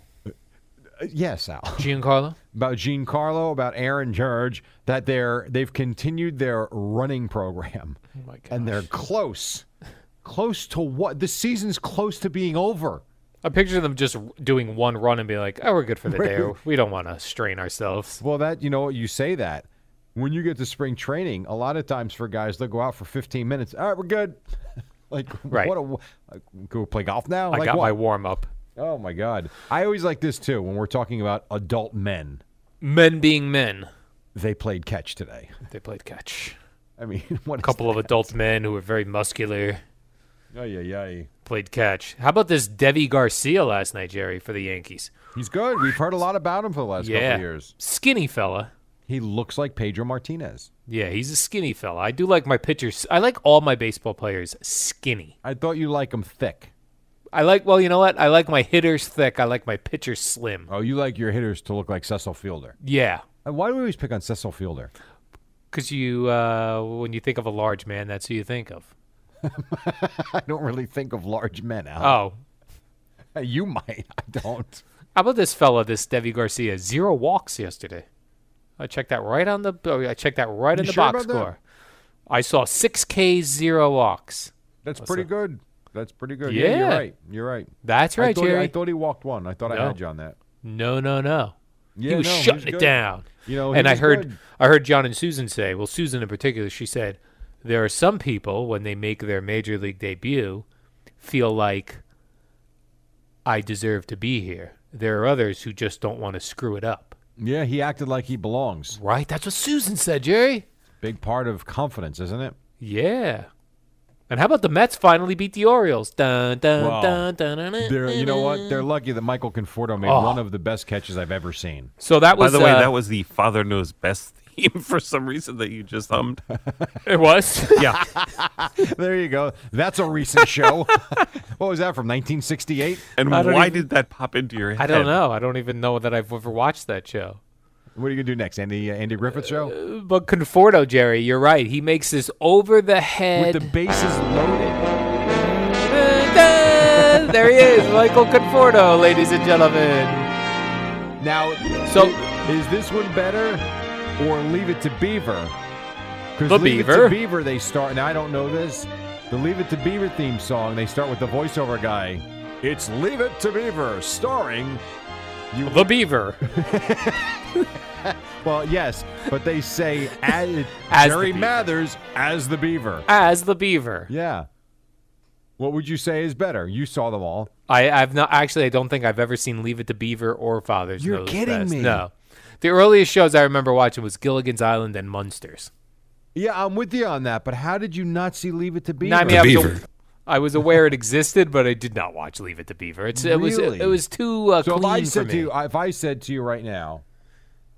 Speaker 4: Uh, yes, Al.
Speaker 2: Giancarlo?
Speaker 4: about Giancarlo, about Aaron Judge, that they're they've continued their running program,
Speaker 2: Oh my gosh.
Speaker 4: and they're close, close to what the season's close to being over.
Speaker 2: I picture them just doing one run and be like, oh, we're good for the day. or We don't want to strain ourselves.
Speaker 4: Well, that you know you say that when you get to spring training, a lot of times for guys they'll go out for 15 minutes. All right, we're good. like
Speaker 2: Right.
Speaker 4: what? A, like, go play golf now.
Speaker 2: I
Speaker 4: like
Speaker 2: got
Speaker 4: what?
Speaker 2: my warm up.
Speaker 4: oh my god! I always like this too when we're talking about adult men.
Speaker 2: Men being men,
Speaker 4: They played catch today.
Speaker 2: they played catch.
Speaker 4: I mean, what
Speaker 2: A couple of adult men who were very muscular
Speaker 4: Oh yeah, yeah.
Speaker 2: played catch. How about this Devi Garcia last night, Jerry, for the Yankees?
Speaker 4: He's good. We've heard a lot about him for the last couple
Speaker 2: Yeah.
Speaker 4: of years.
Speaker 2: Skinny fella.
Speaker 4: He looks like Pedro Martinez.
Speaker 2: Yeah, he's a skinny fella. I do like my pitchers. I like all my baseball players skinny.
Speaker 4: I thought you like him thick.
Speaker 2: I like, well, you know what? I like my hitters thick. I like my pitchers slim.
Speaker 4: Oh, you like your hitters to look like Cecil Fielder.
Speaker 2: Yeah.
Speaker 4: And Why do we always pick on Cecil Fielder?
Speaker 2: Because you, uh, when you think of a large man, that's who you think of.
Speaker 4: I don't really think of large men, Al.
Speaker 2: Oh,
Speaker 4: You might. I don't.
Speaker 2: how about this fella, this Debbie Garcia? Zero walks yesterday. I checked that right on the. oh, I checked that right in
Speaker 4: You
Speaker 2: the
Speaker 4: sure
Speaker 2: box
Speaker 4: about that?
Speaker 2: score. I saw six Ks, zero walks.
Speaker 4: That's pretty good. That's pretty good. Yeah. you're
Speaker 2: Yeah.
Speaker 4: right. You're right.
Speaker 2: That's
Speaker 4: I
Speaker 2: right,
Speaker 4: thought, he-
Speaker 2: Jerry.
Speaker 4: I thought he walked one. I thought I
Speaker 2: No.
Speaker 4: had you on that.
Speaker 2: no, no, no.
Speaker 4: Yeah,
Speaker 2: he was
Speaker 4: no,
Speaker 2: shutting it
Speaker 4: good.
Speaker 2: down.
Speaker 4: You know, he
Speaker 2: and I
Speaker 4: was
Speaker 2: heard
Speaker 4: good.
Speaker 2: I heard John and Susan say, well, Susan in particular, she said, there are some people when they make their major league debut feel like I deserve to be here. There are others who just don't want to screw it up.
Speaker 4: Yeah, he acted like he belongs.
Speaker 2: Right? That's what Susan said, Jerry.
Speaker 4: Big part of confidence, isn't it?
Speaker 2: Yeah. And how about the Mets finally beat the Orioles? Dun dun
Speaker 4: Well,
Speaker 2: dun dun dun. dun,
Speaker 4: They're, you know
Speaker 2: dun.
Speaker 4: what? They're lucky that Michael Conforto made
Speaker 2: Oh.
Speaker 4: one of the best catches I've ever seen.
Speaker 2: So that
Speaker 6: By
Speaker 2: was
Speaker 6: the way,
Speaker 2: uh,
Speaker 6: that was the Father Knows Best theme for some reason that you just hummed.
Speaker 2: it was.
Speaker 6: Yeah.
Speaker 4: there you go. That's a recent show. what was that from 1968?
Speaker 6: And
Speaker 2: I don't
Speaker 6: why
Speaker 2: even-
Speaker 6: did that pop into your head?
Speaker 2: I don't know. I don't even know that I've ever watched that show.
Speaker 4: What are you gonna do next? Andy uh, Andy Griffith show
Speaker 2: But Conforto, Jerry, you're right. He makes this over the
Speaker 4: with
Speaker 2: head.
Speaker 4: the bases loaded.
Speaker 2: there he is, Michael Conforto, ladies and gentlemen.
Speaker 4: Now,
Speaker 2: So-
Speaker 4: is this one better or Leave It to Beaver? Because
Speaker 2: The
Speaker 4: Leave It
Speaker 2: Beaver.
Speaker 4: to Beaver, they start, and I don't know this. The Leave It to Beaver theme song, they start with the voiceover guy. It's Leave It to Beaver, starring you.
Speaker 2: The Beaver.
Speaker 4: Well, yes, but they say as,
Speaker 2: As the
Speaker 4: Jerry
Speaker 2: Beaver.
Speaker 4: Mathers as the Beaver.
Speaker 2: As the Beaver.
Speaker 4: Yeah. What would you say is better? You saw them all.
Speaker 2: I, I've not actually I don't think I've ever seen Leave It to Beaver or Father's
Speaker 4: You're
Speaker 2: Knows
Speaker 4: kidding
Speaker 2: Best.
Speaker 4: me.
Speaker 2: No. The earliest shows I remember watching was Gilligan's Island and Munsters.
Speaker 4: Yeah, I'm with you on that, but how did you not see Leave It to Beaver?
Speaker 2: No, I mean, I was, aw- I was aware it existed, but I did not watch Leave It to Beaver. It's, it was
Speaker 4: Really?
Speaker 2: it was too uh,
Speaker 4: so if
Speaker 2: clean
Speaker 4: I
Speaker 2: for
Speaker 4: said to
Speaker 2: me.
Speaker 4: you, if I said to you right now,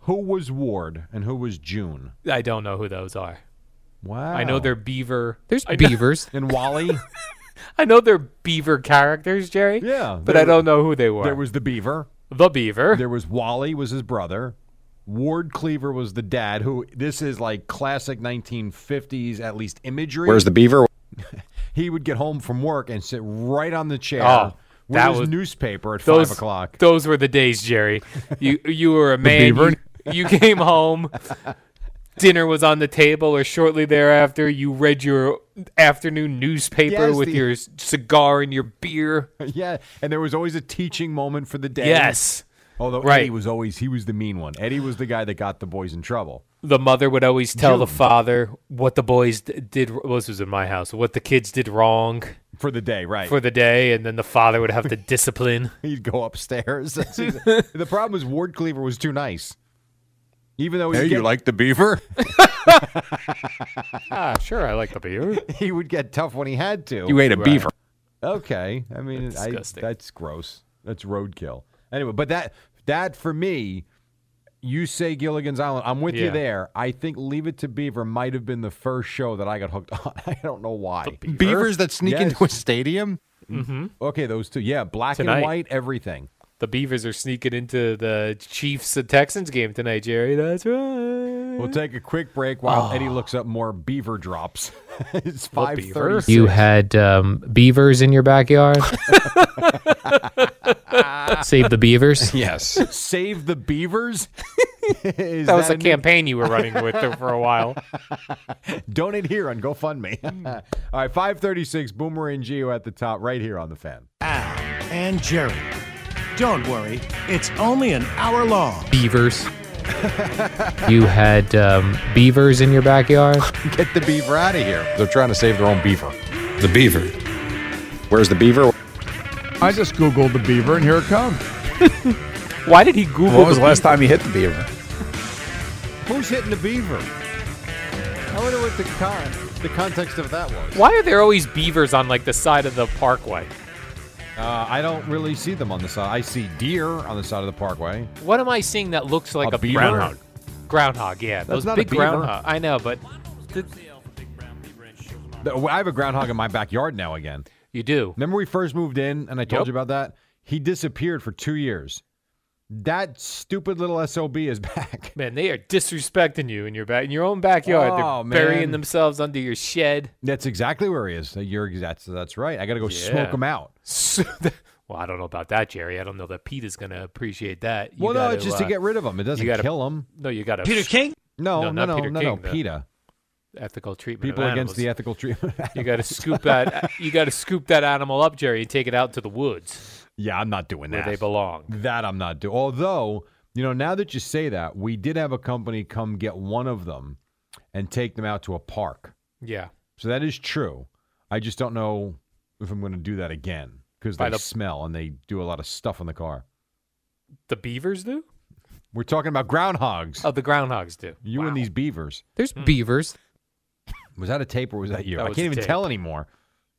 Speaker 4: who was Ward and who was June?
Speaker 2: I don't know who those are.
Speaker 4: Wow.
Speaker 2: I know they're beaver. There's beavers.
Speaker 4: and Wally.
Speaker 2: I know they're beaver characters, Jerry.
Speaker 4: Yeah,
Speaker 2: But
Speaker 4: there-
Speaker 2: I don't know who they were.
Speaker 4: there was the Beaver.
Speaker 2: the beaver.
Speaker 4: There was Wally was his brother. Ward Cleaver was the dad. Who this is like classic 1950s at least imagery.
Speaker 3: Where's the beaver?
Speaker 4: he would get home from work and sit right on the chair
Speaker 2: Oh,
Speaker 4: with
Speaker 2: that
Speaker 4: his
Speaker 2: was-
Speaker 4: newspaper at
Speaker 2: those,
Speaker 4: five o'clock.
Speaker 2: Those were the days, Jerry. You you were a man.
Speaker 4: beaver.
Speaker 2: You, you came home. Dinner was on the table, or shortly thereafter, you read your afternoon newspaper
Speaker 4: Yes,
Speaker 2: with
Speaker 4: the-
Speaker 2: your s- cigar and your beer.
Speaker 4: yeah, and there was always a teaching moment for the day.
Speaker 2: Yes.
Speaker 4: although Eddie
Speaker 2: right.
Speaker 4: was always he was the mean one. Eddie was the guy that got the boys in trouble.
Speaker 2: The mother would always tell the father what the boys d- did. Well, this was in my house. What the kids did wrong
Speaker 4: For the day, right?
Speaker 2: for the day, and then the father would have to discipline.
Speaker 4: He'd go upstairs. the problem was Ward Cleaver was too nice. Even though he, would get,
Speaker 3: the beaver?
Speaker 2: Ah, sure, I like the beer.
Speaker 4: he would get tough when he had to.
Speaker 3: You ate a beaver.
Speaker 4: Okay, I mean, that's, I,
Speaker 2: disgusting.
Speaker 4: that's gross. That's roadkill. Anyway, but that that for me, you say Gilligan's Island. I'm with you
Speaker 2: Yeah.
Speaker 4: there. I think Leave It to Beaver might have been the first show that I got hooked on. I don't know why.
Speaker 3: Beavers that sneak
Speaker 4: Yes.
Speaker 3: into a stadium?
Speaker 4: Okay, those two. Yeah, black
Speaker 2: Tonight.
Speaker 4: and white, everything.
Speaker 2: The Beavers are sneaking into the Chiefs and Texans game tonight, Jerry. That's right.
Speaker 4: We'll take a quick break while
Speaker 3: Ah.
Speaker 4: Eddie looks up more beaver drops. it's five
Speaker 2: beaver?
Speaker 4: thirty.
Speaker 2: You had um, beavers in your backyard. Save the beavers.
Speaker 3: Yes.
Speaker 4: Save the beavers. Is
Speaker 2: That was a
Speaker 4: a new-
Speaker 2: campaign you were running with there for a while.
Speaker 4: Donate here on GoFundMe.
Speaker 2: Hmm.
Speaker 4: All right, 536 Boomer and Geo at the top, right here on the fan.
Speaker 5: Al and Jerry. Don't worry, it's only an hour long.
Speaker 2: Beavers. You had um, beavers in your backyard.
Speaker 4: Get the beaver out of here.
Speaker 3: They're trying to save their own beaver. The beaver. Where's the beaver?
Speaker 7: I just Googled the beaver and here it comes.
Speaker 2: Why did he Google?
Speaker 3: When was the last time you hit the beaver?
Speaker 4: Who's hitting the beaver? I wonder what the con- the context of that was.
Speaker 2: Why are there always beavers on like the side of the parkway?
Speaker 4: Uh, I don't really see them on the side. I see deer on the side of the parkway.
Speaker 2: What am I seeing that looks like
Speaker 4: A
Speaker 2: a,
Speaker 4: beaver?
Speaker 2: Groundhog. Groundhog, yeah. Those
Speaker 4: not a
Speaker 2: big
Speaker 4: beaver.
Speaker 2: groundhog. I know, but th-
Speaker 4: The- I have a groundhog in my backyard now again.
Speaker 2: you do.
Speaker 4: Remember we first moved in and I told
Speaker 2: Yep.
Speaker 4: you about that? He disappeared for two years. That stupid little SOB is back.
Speaker 8: Man, they are disrespecting you in your back in your own backyard.
Speaker 4: Oh,
Speaker 8: They're burying
Speaker 4: man.
Speaker 8: themselves under your shed.
Speaker 4: That's exactly where he is. You're that's that's right. I got to go smoke
Speaker 8: Yeah.
Speaker 4: him out.
Speaker 8: So- well, I don't know about that, Jerry. I don't know that Pete is going to appreciate that. You
Speaker 4: well, no,
Speaker 8: gotta,
Speaker 4: it's just
Speaker 8: uh,
Speaker 4: to get rid of him. It doesn't
Speaker 8: you gotta-
Speaker 4: kill him.
Speaker 8: No, you got to
Speaker 5: Peter King?
Speaker 4: No, no,
Speaker 8: No, not
Speaker 4: no,
Speaker 8: Peter
Speaker 4: no, no,
Speaker 8: King, though.
Speaker 4: PETA.
Speaker 8: ethical treatment. of
Speaker 4: People against the
Speaker 8: animals.
Speaker 4: ethical treatment.
Speaker 8: You got to scoop that. You got to scoop that animal up, Jerry, and take it out to the woods
Speaker 4: yeah, I'm not doing
Speaker 8: where
Speaker 4: that.
Speaker 8: they belong.
Speaker 4: That I'm not doing. Although, you know, now that you say that, we did have a company come get one of them and take them out to a park.
Speaker 8: Yeah.
Speaker 4: So that is true. I just don't know if I'm going to do that again because
Speaker 8: By
Speaker 4: they
Speaker 8: the-
Speaker 4: smell and they do a lot of stuff on the car.
Speaker 8: The beavers do?
Speaker 4: We're talking about groundhogs.
Speaker 8: Oh, the groundhogs do.
Speaker 4: you and these beavers.
Speaker 8: There's beavers.
Speaker 4: Was that a tape or was that you?
Speaker 8: That
Speaker 4: I
Speaker 8: was
Speaker 4: can't
Speaker 8: a
Speaker 4: even
Speaker 8: tape.
Speaker 4: tell anymore.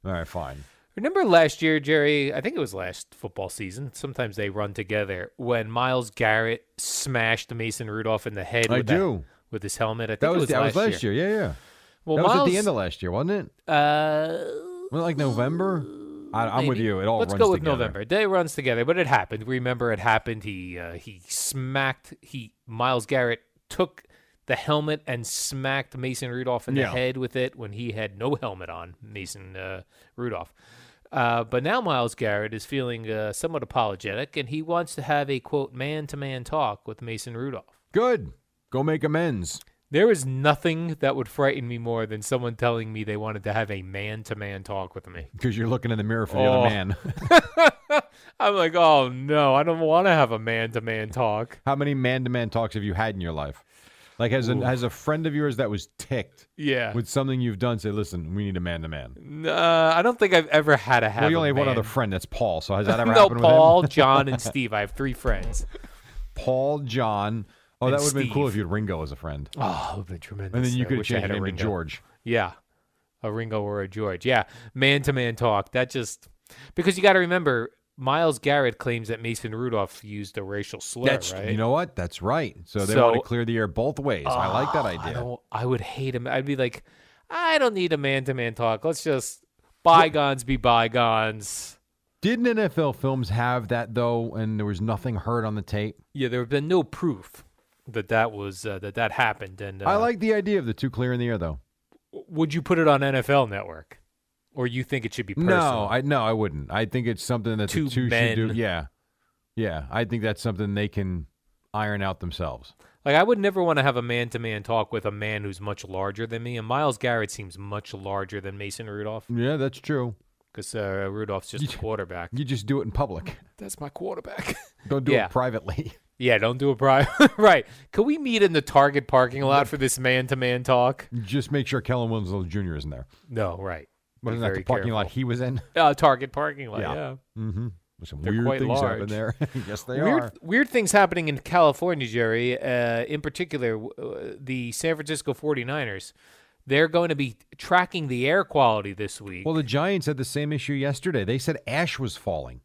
Speaker 4: All right, fine.
Speaker 8: Remember last year, Jerry? I think it was last football season. Sometimes they run together. When Miles Garrett smashed Mason Rudolph in the head
Speaker 4: I
Speaker 8: with,
Speaker 4: do.
Speaker 8: That, with his helmet. I think
Speaker 4: That
Speaker 8: it
Speaker 4: was,
Speaker 8: was
Speaker 4: that
Speaker 8: last
Speaker 4: was last year. Yeah, yeah.
Speaker 8: Well,
Speaker 4: that was
Speaker 8: Miles,
Speaker 4: at the end of last year, wasn't it?
Speaker 8: Uh,
Speaker 4: Wasn't it like November? I, I'm with
Speaker 8: maybe.
Speaker 4: you. It all
Speaker 8: Let's
Speaker 4: runs
Speaker 8: go with
Speaker 4: together.
Speaker 8: November. Day runs together, but it happened. Remember, it happened. He uh, he smacked. He Miles Garrett took the helmet and smacked Mason Rudolph in
Speaker 4: Yeah.
Speaker 8: the head with it when he had no helmet on. Mason uh, Rudolph. Uh, but now Miles Garrett is feeling uh, somewhat apologetic, and he wants to have a quote man to man talk with Mason Rudolph.
Speaker 4: Good. Go make amends.
Speaker 8: There is nothing that would frighten me more than someone telling me they wanted to have a man to man talk with me.
Speaker 4: Because you're looking in the mirror for the
Speaker 8: Oh.
Speaker 4: other man.
Speaker 8: I'm like, oh no, I don't want to have a man to man talk.
Speaker 4: How many man-to-man talks have you had in your life? Like, has an, has a friend of yours that was ticked
Speaker 8: Yeah.
Speaker 4: with something you've done say, "Listen, we need a man-to-man."
Speaker 8: Uh, I don't think I've ever had a have.
Speaker 4: Well, you only
Speaker 8: a
Speaker 4: have one
Speaker 8: man.
Speaker 4: other friend. That's Paul. So has that ever
Speaker 8: no,
Speaker 4: happened
Speaker 8: Paul,
Speaker 4: with him?
Speaker 8: John, and Steve. I have three friends.
Speaker 4: Paul, John. Oh,
Speaker 8: And
Speaker 4: that would have been cool
Speaker 8: Steve.
Speaker 4: if you had Ringo as a friend,
Speaker 8: Oh, it would be tremendous.
Speaker 4: and then you
Speaker 8: I
Speaker 4: could have
Speaker 8: wish I
Speaker 4: changed
Speaker 8: had
Speaker 4: your
Speaker 8: a
Speaker 4: name to
Speaker 8: Ringo.
Speaker 4: George.
Speaker 8: Yeah, a Ringo or a George. Yeah, man to man talk. That just because you got to remember, Miles Garrett claims that Mason Rudolph used a racial slur.
Speaker 4: That's
Speaker 8: right?
Speaker 4: you know what? That's right. So they
Speaker 8: So- Ah,
Speaker 4: want to clear the air both ways. I like that
Speaker 8: I
Speaker 4: idea.
Speaker 8: don't. I would hate him. I'd be like, I don't need a man to man talk. Let's just bygones be bygones.
Speaker 4: Didn't NFL films have that though? And there was nothing heard on the tape.
Speaker 8: Yeah, there have been no proof that that was uh, that that happened. And uh,
Speaker 4: I like the idea of the two clear in the air though.
Speaker 8: Would you put it on NFL Network, or you think it should be personal?
Speaker 4: No, I no, I wouldn't. I think it's something that
Speaker 8: Two
Speaker 4: the two
Speaker 8: men.
Speaker 4: should do. Yeah, yeah. I think that's something they can iron out themselves.
Speaker 8: like I would never want to have a man-to-man talk with a man who's much larger than me. And Miles Garrett seems much larger than Mason Rudolph
Speaker 4: Yeah, that's true.
Speaker 8: because uh, Rudolph's just a quarterback.
Speaker 4: You just do it in public.
Speaker 8: That's my quarterback.
Speaker 4: Don't do
Speaker 8: Yeah.
Speaker 4: it privately.
Speaker 8: yeah, don't do a bribe. right? Can we meet in the Target parking lot for this man-to-man talk?
Speaker 4: just make sure Kellen Winslow Jr. isn't there.
Speaker 8: No, right.
Speaker 4: Wasn't
Speaker 8: Be
Speaker 4: that the
Speaker 8: very
Speaker 4: parking
Speaker 8: careful.
Speaker 4: lot he was in?
Speaker 8: Uh, Target parking lot.
Speaker 4: Yeah.
Speaker 8: yeah.
Speaker 4: Mm-hmm. Some
Speaker 8: They're
Speaker 4: weird
Speaker 8: quite
Speaker 4: things happen
Speaker 8: large.
Speaker 4: there. yes, they
Speaker 8: weird,
Speaker 4: are.
Speaker 8: weird things happening in California, Jerry. Uh, in particular, w- uh, the San Francisco 49ers. They're going to be tracking the air quality this week.
Speaker 4: Well, the Giants had the same issue yesterday. They said ash was falling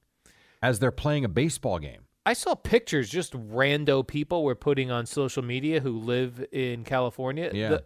Speaker 4: as they're playing a baseball game.
Speaker 8: I saw pictures just rando people were putting on social media who live in California.
Speaker 4: Yeah.
Speaker 8: The-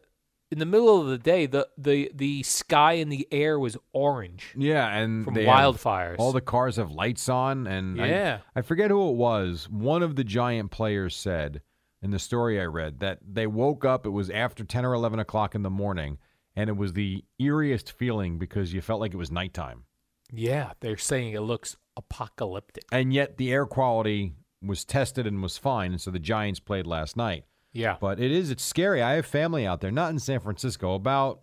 Speaker 8: in the middle of the day, the, the, the sky in the air was orange.
Speaker 4: Yeah, and
Speaker 8: From
Speaker 4: they have-
Speaker 8: wildfires.
Speaker 4: all the cars have lights on, and I-
Speaker 8: Yeah.
Speaker 4: I, forget who it was. One of the giant players said in the story I read that they woke up. It was after ten or eleven o'clock in the morning, and it was the eeriest feeling because you felt like it was nighttime,
Speaker 8: Yeah, they're saying it looks apocalyptic.
Speaker 4: and yet the air quality was tested and was fine. And so the Giants played last night,
Speaker 8: Yeah.
Speaker 4: but it is it's scary. I have family out there, not in San Francisco, about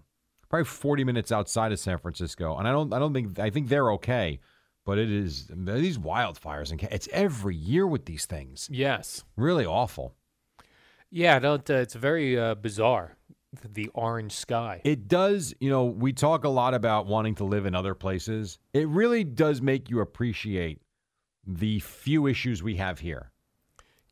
Speaker 4: probably forty minutes outside of San Francisco, and I don't I don't think I think they're okay. But it is these wildfires and it's every year with these things.
Speaker 8: Yes.
Speaker 4: Really awful.
Speaker 8: Yeah, don't, uh, it's very uh, bizarre, the orange sky.
Speaker 4: It does, you know, we talk a lot about wanting to live in other places. It really does make you appreciate the few issues we have here.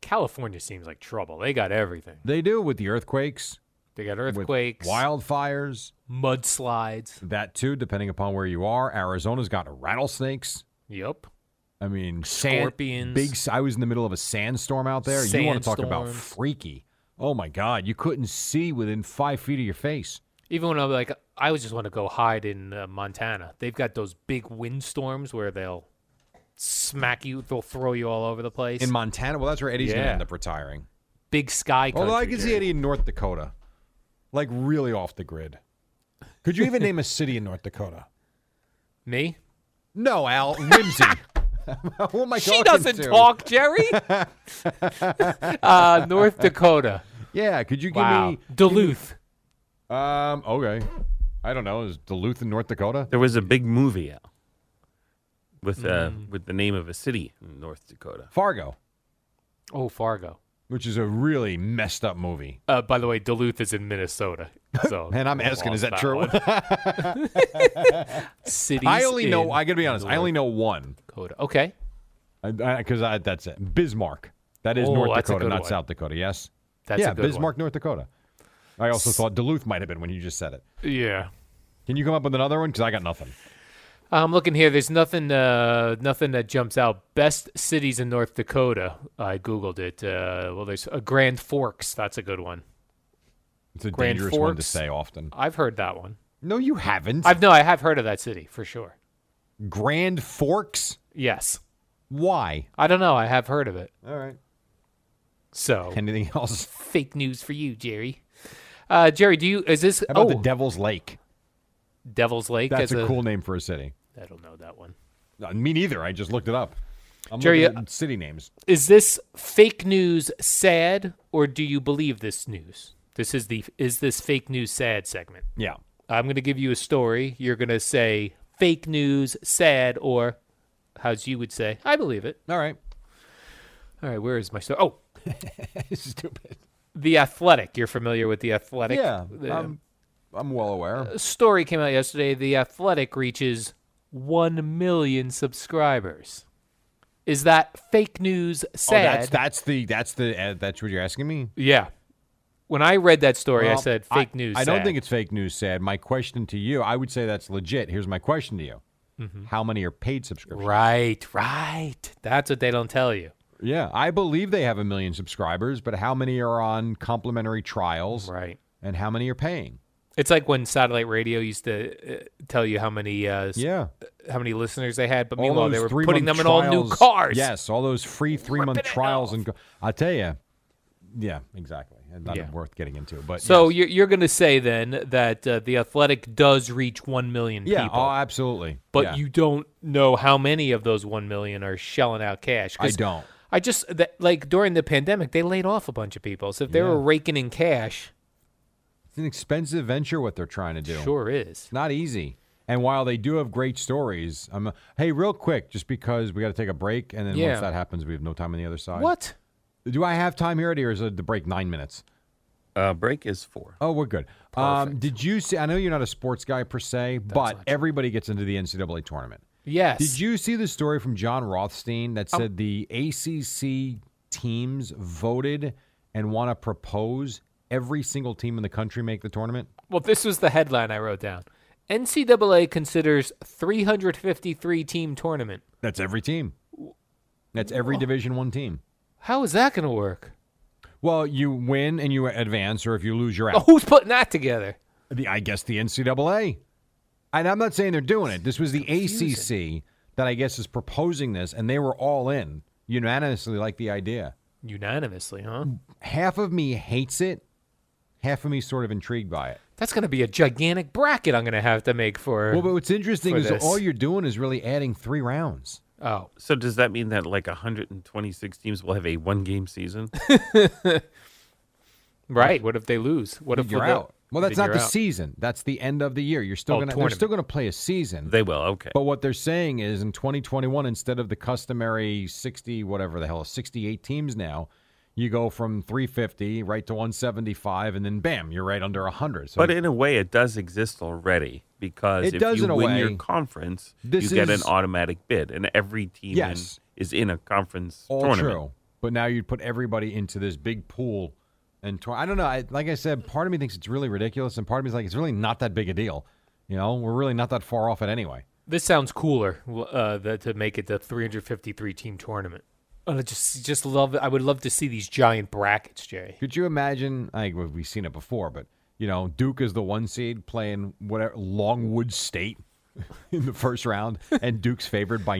Speaker 8: California seems like trouble. They got everything.
Speaker 4: They do with the earthquakes,
Speaker 8: They got
Speaker 4: with
Speaker 8: earthquakes,
Speaker 4: wildfires,
Speaker 8: mudslides.
Speaker 4: that too, depending upon where you are. Arizona's got rattlesnakes.
Speaker 8: Yep.
Speaker 4: I mean, sand,
Speaker 8: Scorpions.
Speaker 4: Big. s- I was in the middle of a sandstorm out there. You want to talk about
Speaker 8: Sandstorms.
Speaker 4: freaky? Oh my God! You couldn't see within five feet of your face.
Speaker 8: Even when I'm like, I would just want to go hide in uh, Montana. They've got those big windstorms where they'll smack you. They'll throw you all over the place.
Speaker 4: in Montana. Well, that's where Eddie's going to
Speaker 8: Yeah.
Speaker 4: end up retiring.
Speaker 8: Big sky.
Speaker 4: Although I
Speaker 8: country,
Speaker 4: can see
Speaker 8: Jerry.
Speaker 4: Eddie in North Dakota, like really off the grid. Could you even name a city in North Dakota?
Speaker 8: Me?
Speaker 4: No, Al Whimsy. Who am I
Speaker 8: She
Speaker 4: talking
Speaker 8: doesn't
Speaker 4: to?
Speaker 8: talk, Jerry. uh, North Dakota.
Speaker 4: Yeah, could you give
Speaker 8: Wow.
Speaker 4: me?
Speaker 8: Duluth.
Speaker 4: Um, okay. I don't know. Is Duluth in North Dakota?
Speaker 6: There was a big movie out with uh,
Speaker 2: Mm-hmm.
Speaker 6: with the name of a city in North Dakota.
Speaker 4: Fargo,
Speaker 8: Oh, Fargo.
Speaker 4: which is a really messed up movie.
Speaker 8: Uh, by the way, Duluth is in Minnesota. So
Speaker 4: And I'm
Speaker 8: we've
Speaker 4: asking, is
Speaker 8: lost
Speaker 4: that true?
Speaker 8: one. Cities
Speaker 4: I only know.
Speaker 8: in
Speaker 4: I gotta be honest. I only know one
Speaker 8: Dakota. Okay.
Speaker 4: because I, that's it. Bismarck. That is
Speaker 8: Oh,
Speaker 4: North
Speaker 8: that's a
Speaker 4: Dakota,
Speaker 8: good
Speaker 4: not
Speaker 8: one.
Speaker 4: South Dakota. Yes.
Speaker 8: That's
Speaker 4: yeah,
Speaker 8: a good
Speaker 4: Bismarck, North Dakota. I also thought Duluth might have been when you just said it.
Speaker 8: one. Yeah.
Speaker 4: Can you come up with another one? Because I got nothing.
Speaker 8: I'm looking here. There's nothing, uh, nothing that jumps out. Best cities in North Dakota. I googled it. Uh, well, there's uh, Grand Forks. That's a good one.
Speaker 4: It's a
Speaker 8: Grand
Speaker 4: dangerous one to
Speaker 8: Forks.
Speaker 4: say often.
Speaker 8: I've heard that one.
Speaker 4: No, you haven't.
Speaker 8: I've no, I have heard of that city for sure.
Speaker 4: Grand Forks.
Speaker 8: Yes,
Speaker 4: Why?
Speaker 8: I don't know. I have heard of it.
Speaker 4: All right.
Speaker 8: So
Speaker 4: Anything else?
Speaker 8: fake news for you, Jerry. Uh, Jerry, do you is this?
Speaker 4: How about
Speaker 8: oh,
Speaker 4: the Devil's Lake?
Speaker 8: Devil's Lake.
Speaker 4: That's
Speaker 8: is
Speaker 4: a cool name for a city.
Speaker 8: I don't know that one.
Speaker 4: No, me neither. I just looked it up. I'm
Speaker 8: Jerry, uh,
Speaker 4: looking at city names.
Speaker 8: Is this fake news sad or do you believe this news? This is the is this fake news sad segment.
Speaker 4: Yeah.
Speaker 8: I'm going to give you a story. You're going to say fake news, sad, or as you would say, I believe it.
Speaker 4: All right.
Speaker 8: All right, where is my story? Oh,
Speaker 4: Stupid.
Speaker 8: The Athletic. You're familiar with The Athletic?
Speaker 4: Yeah.
Speaker 8: The Uh,
Speaker 4: I'm, I'm well aware.
Speaker 8: story came out yesterday. The Athletic reaches 1 million subscribers. Is that fake news, sad?
Speaker 4: Oh, that's that's the that's the uh, that's what you're asking me.
Speaker 8: Yeah. When I read that story, I
Speaker 4: Well,
Speaker 8: said fake news.
Speaker 4: I don't
Speaker 8: sad."
Speaker 4: think it's fake news. Sad. My question to you, I would say that's legit. Here's my question to you:
Speaker 8: Mm-hmm.
Speaker 4: How many are paid subscriptions?
Speaker 8: Right, right. That's what they don't tell you.
Speaker 4: Yeah, I believe they have a million subscribers, but how many are on complimentary trials,
Speaker 8: Right.
Speaker 4: and how many are paying?
Speaker 8: It's like when satellite radio used to uh, tell you how many uh, s-
Speaker 4: Yeah,
Speaker 8: how many listeners they had, but
Speaker 4: All
Speaker 8: meanwhile
Speaker 4: those
Speaker 8: they were
Speaker 4: three-month
Speaker 8: putting them in all new
Speaker 4: trials-
Speaker 8: cars.
Speaker 4: Yes, all those free three month trials, and go- I tell you, yeah, exactly, and not
Speaker 8: Yeah.
Speaker 4: worth getting into. But
Speaker 8: So
Speaker 4: yes.
Speaker 8: you're, you're going to say then that uh, the athletic does reach one million
Speaker 4: yeah,
Speaker 8: people,
Speaker 4: oh, absolutely.
Speaker 8: but
Speaker 4: Yeah.
Speaker 8: you don't know how many of those one million are shelling out cash.
Speaker 4: I
Speaker 8: 'cause
Speaker 4: don't.
Speaker 8: I just that, like during the pandemic they laid off a bunch of people, so if they were raking in cash,
Speaker 4: It's an expensive venture what they're trying to do.
Speaker 8: sure is.
Speaker 4: It's not easy. And while they do have great stories, I'm hey, real quick, just because we got to take a break, and then once
Speaker 8: Yeah.
Speaker 4: that happens, we have no time on the other side.
Speaker 8: What?
Speaker 4: do I have time here, or is it the break nine minutes?
Speaker 6: Uh, break is four.
Speaker 4: Oh, we're good. Um, did you see? I know you're not a sports guy per se, but everybody gets into the NCAA tournament.
Speaker 8: Yes.
Speaker 4: Did you see the story from John Rothstein that said the ACC teams voted and want to propose every single team in the country make the tournament?
Speaker 8: Well, this was the headline I wrote down. NCAA considers 353 team tournament.
Speaker 4: That's every team. That's every Division One team.
Speaker 8: How is that going to work?
Speaker 4: Well, you win and you advance, or if you lose, you're
Speaker 8: Oh,
Speaker 4: out.
Speaker 8: who's putting that together?
Speaker 4: The, I guess the NCAA. And I'm not saying they're doing it. This was the ACC that I guess is proposing this, and they were all in unanimously like the idea.
Speaker 8: Unanimously, huh?
Speaker 4: Hmm. Half of me hates it. Half of me sort of intrigued by it.
Speaker 8: That's going to be a gigantic bracket I'm going to have to make for.
Speaker 4: Well, but what's interesting
Speaker 8: For
Speaker 4: is
Speaker 8: this.
Speaker 4: all you're doing is really adding three rounds.
Speaker 8: oh,
Speaker 6: So does that mean that like 126 teams will have a one game season?
Speaker 8: right. What if they lose? What if
Speaker 4: You're
Speaker 8: the-
Speaker 4: out. Well, that's
Speaker 8: then
Speaker 4: not
Speaker 8: you're
Speaker 4: the
Speaker 8: out.
Speaker 4: season. That's the end of the year. You're still
Speaker 8: Oh,
Speaker 4: gonna they're still
Speaker 8: tournament.
Speaker 4: gonna play a season.
Speaker 6: they will. Okay.
Speaker 4: But what they're saying is in 2021, instead of the customary 60, whatever the hell, 68 teams now, you go from 350 right to 175, and then bam, you're right under 100. So
Speaker 6: But in a way, it does exist already because
Speaker 4: It
Speaker 6: if
Speaker 4: does
Speaker 6: you
Speaker 4: in a
Speaker 6: win your
Speaker 4: way.
Speaker 6: conference,
Speaker 4: This
Speaker 6: you get
Speaker 4: is-
Speaker 6: an automatic bid, and every team in-
Speaker 4: Yes.
Speaker 6: is in a conference
Speaker 4: all
Speaker 6: tournament.
Speaker 4: true. But now you'd put everybody into this big pool. And tor- I don't know. I, like I said, part of me thinks it's really ridiculous, and part of me is like, it's really not that big a deal. You know, we're really not that far off it anyway.
Speaker 8: This sounds cooler uh, that to make it the 353 team tournament. Oh, I just just love. I would love to see these giant brackets, Jerry.
Speaker 4: Could you imagine? I think we've seen it before, but you know, Duke is the one seed playing whatever Longwood State. in the first round, and Duke's favored by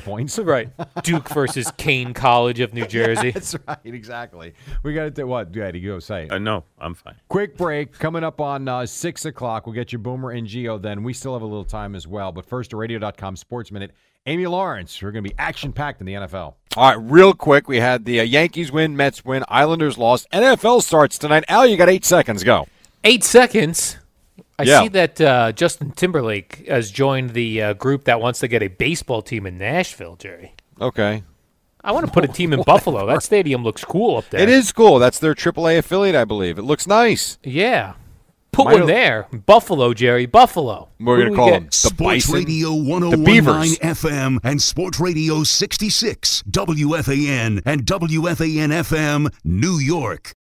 Speaker 4: points.
Speaker 8: right. Duke versus Kane College of New Jersey.
Speaker 4: That's right, exactly. We got to do what? Daddy, go say it.
Speaker 6: Uh, no, I'm fine.
Speaker 4: Quick break coming up on uh, 6 o'clock. We'll get you Boomer and Geo then. We still have a little time as well. But first, to radio.com Sports Minute. Amy Lawrence, we're going to be action packed in the NFL.
Speaker 9: All right, real quick, we had the uh, Yankees win, Mets win, Islanders lost. NFL starts tonight. Al, you got eight seconds. Go.
Speaker 8: Eight seconds. I
Speaker 9: Yeah.
Speaker 8: see that uh, Justin Timberlake has joined the uh, group that wants to get a baseball team in Nashville, Jerry.
Speaker 9: Okay.
Speaker 8: I want to put a team in Buffalo. That stadium looks cool up there.
Speaker 9: It is cool. That's their AAA affiliate, I believe. It looks nice.
Speaker 8: Yeah. Put
Speaker 9: Might
Speaker 8: one
Speaker 9: have-
Speaker 8: there. Buffalo, Jerry. Buffalo.
Speaker 9: We're going
Speaker 8: Who do
Speaker 9: to
Speaker 8: we
Speaker 9: call
Speaker 8: get?
Speaker 9: them the
Speaker 5: Sports
Speaker 9: Bison,
Speaker 5: Radio
Speaker 9: the
Speaker 5: 1019
Speaker 9: Beavers.
Speaker 5: FM and Sports Radio 66 WFAN and WFAN FM New York.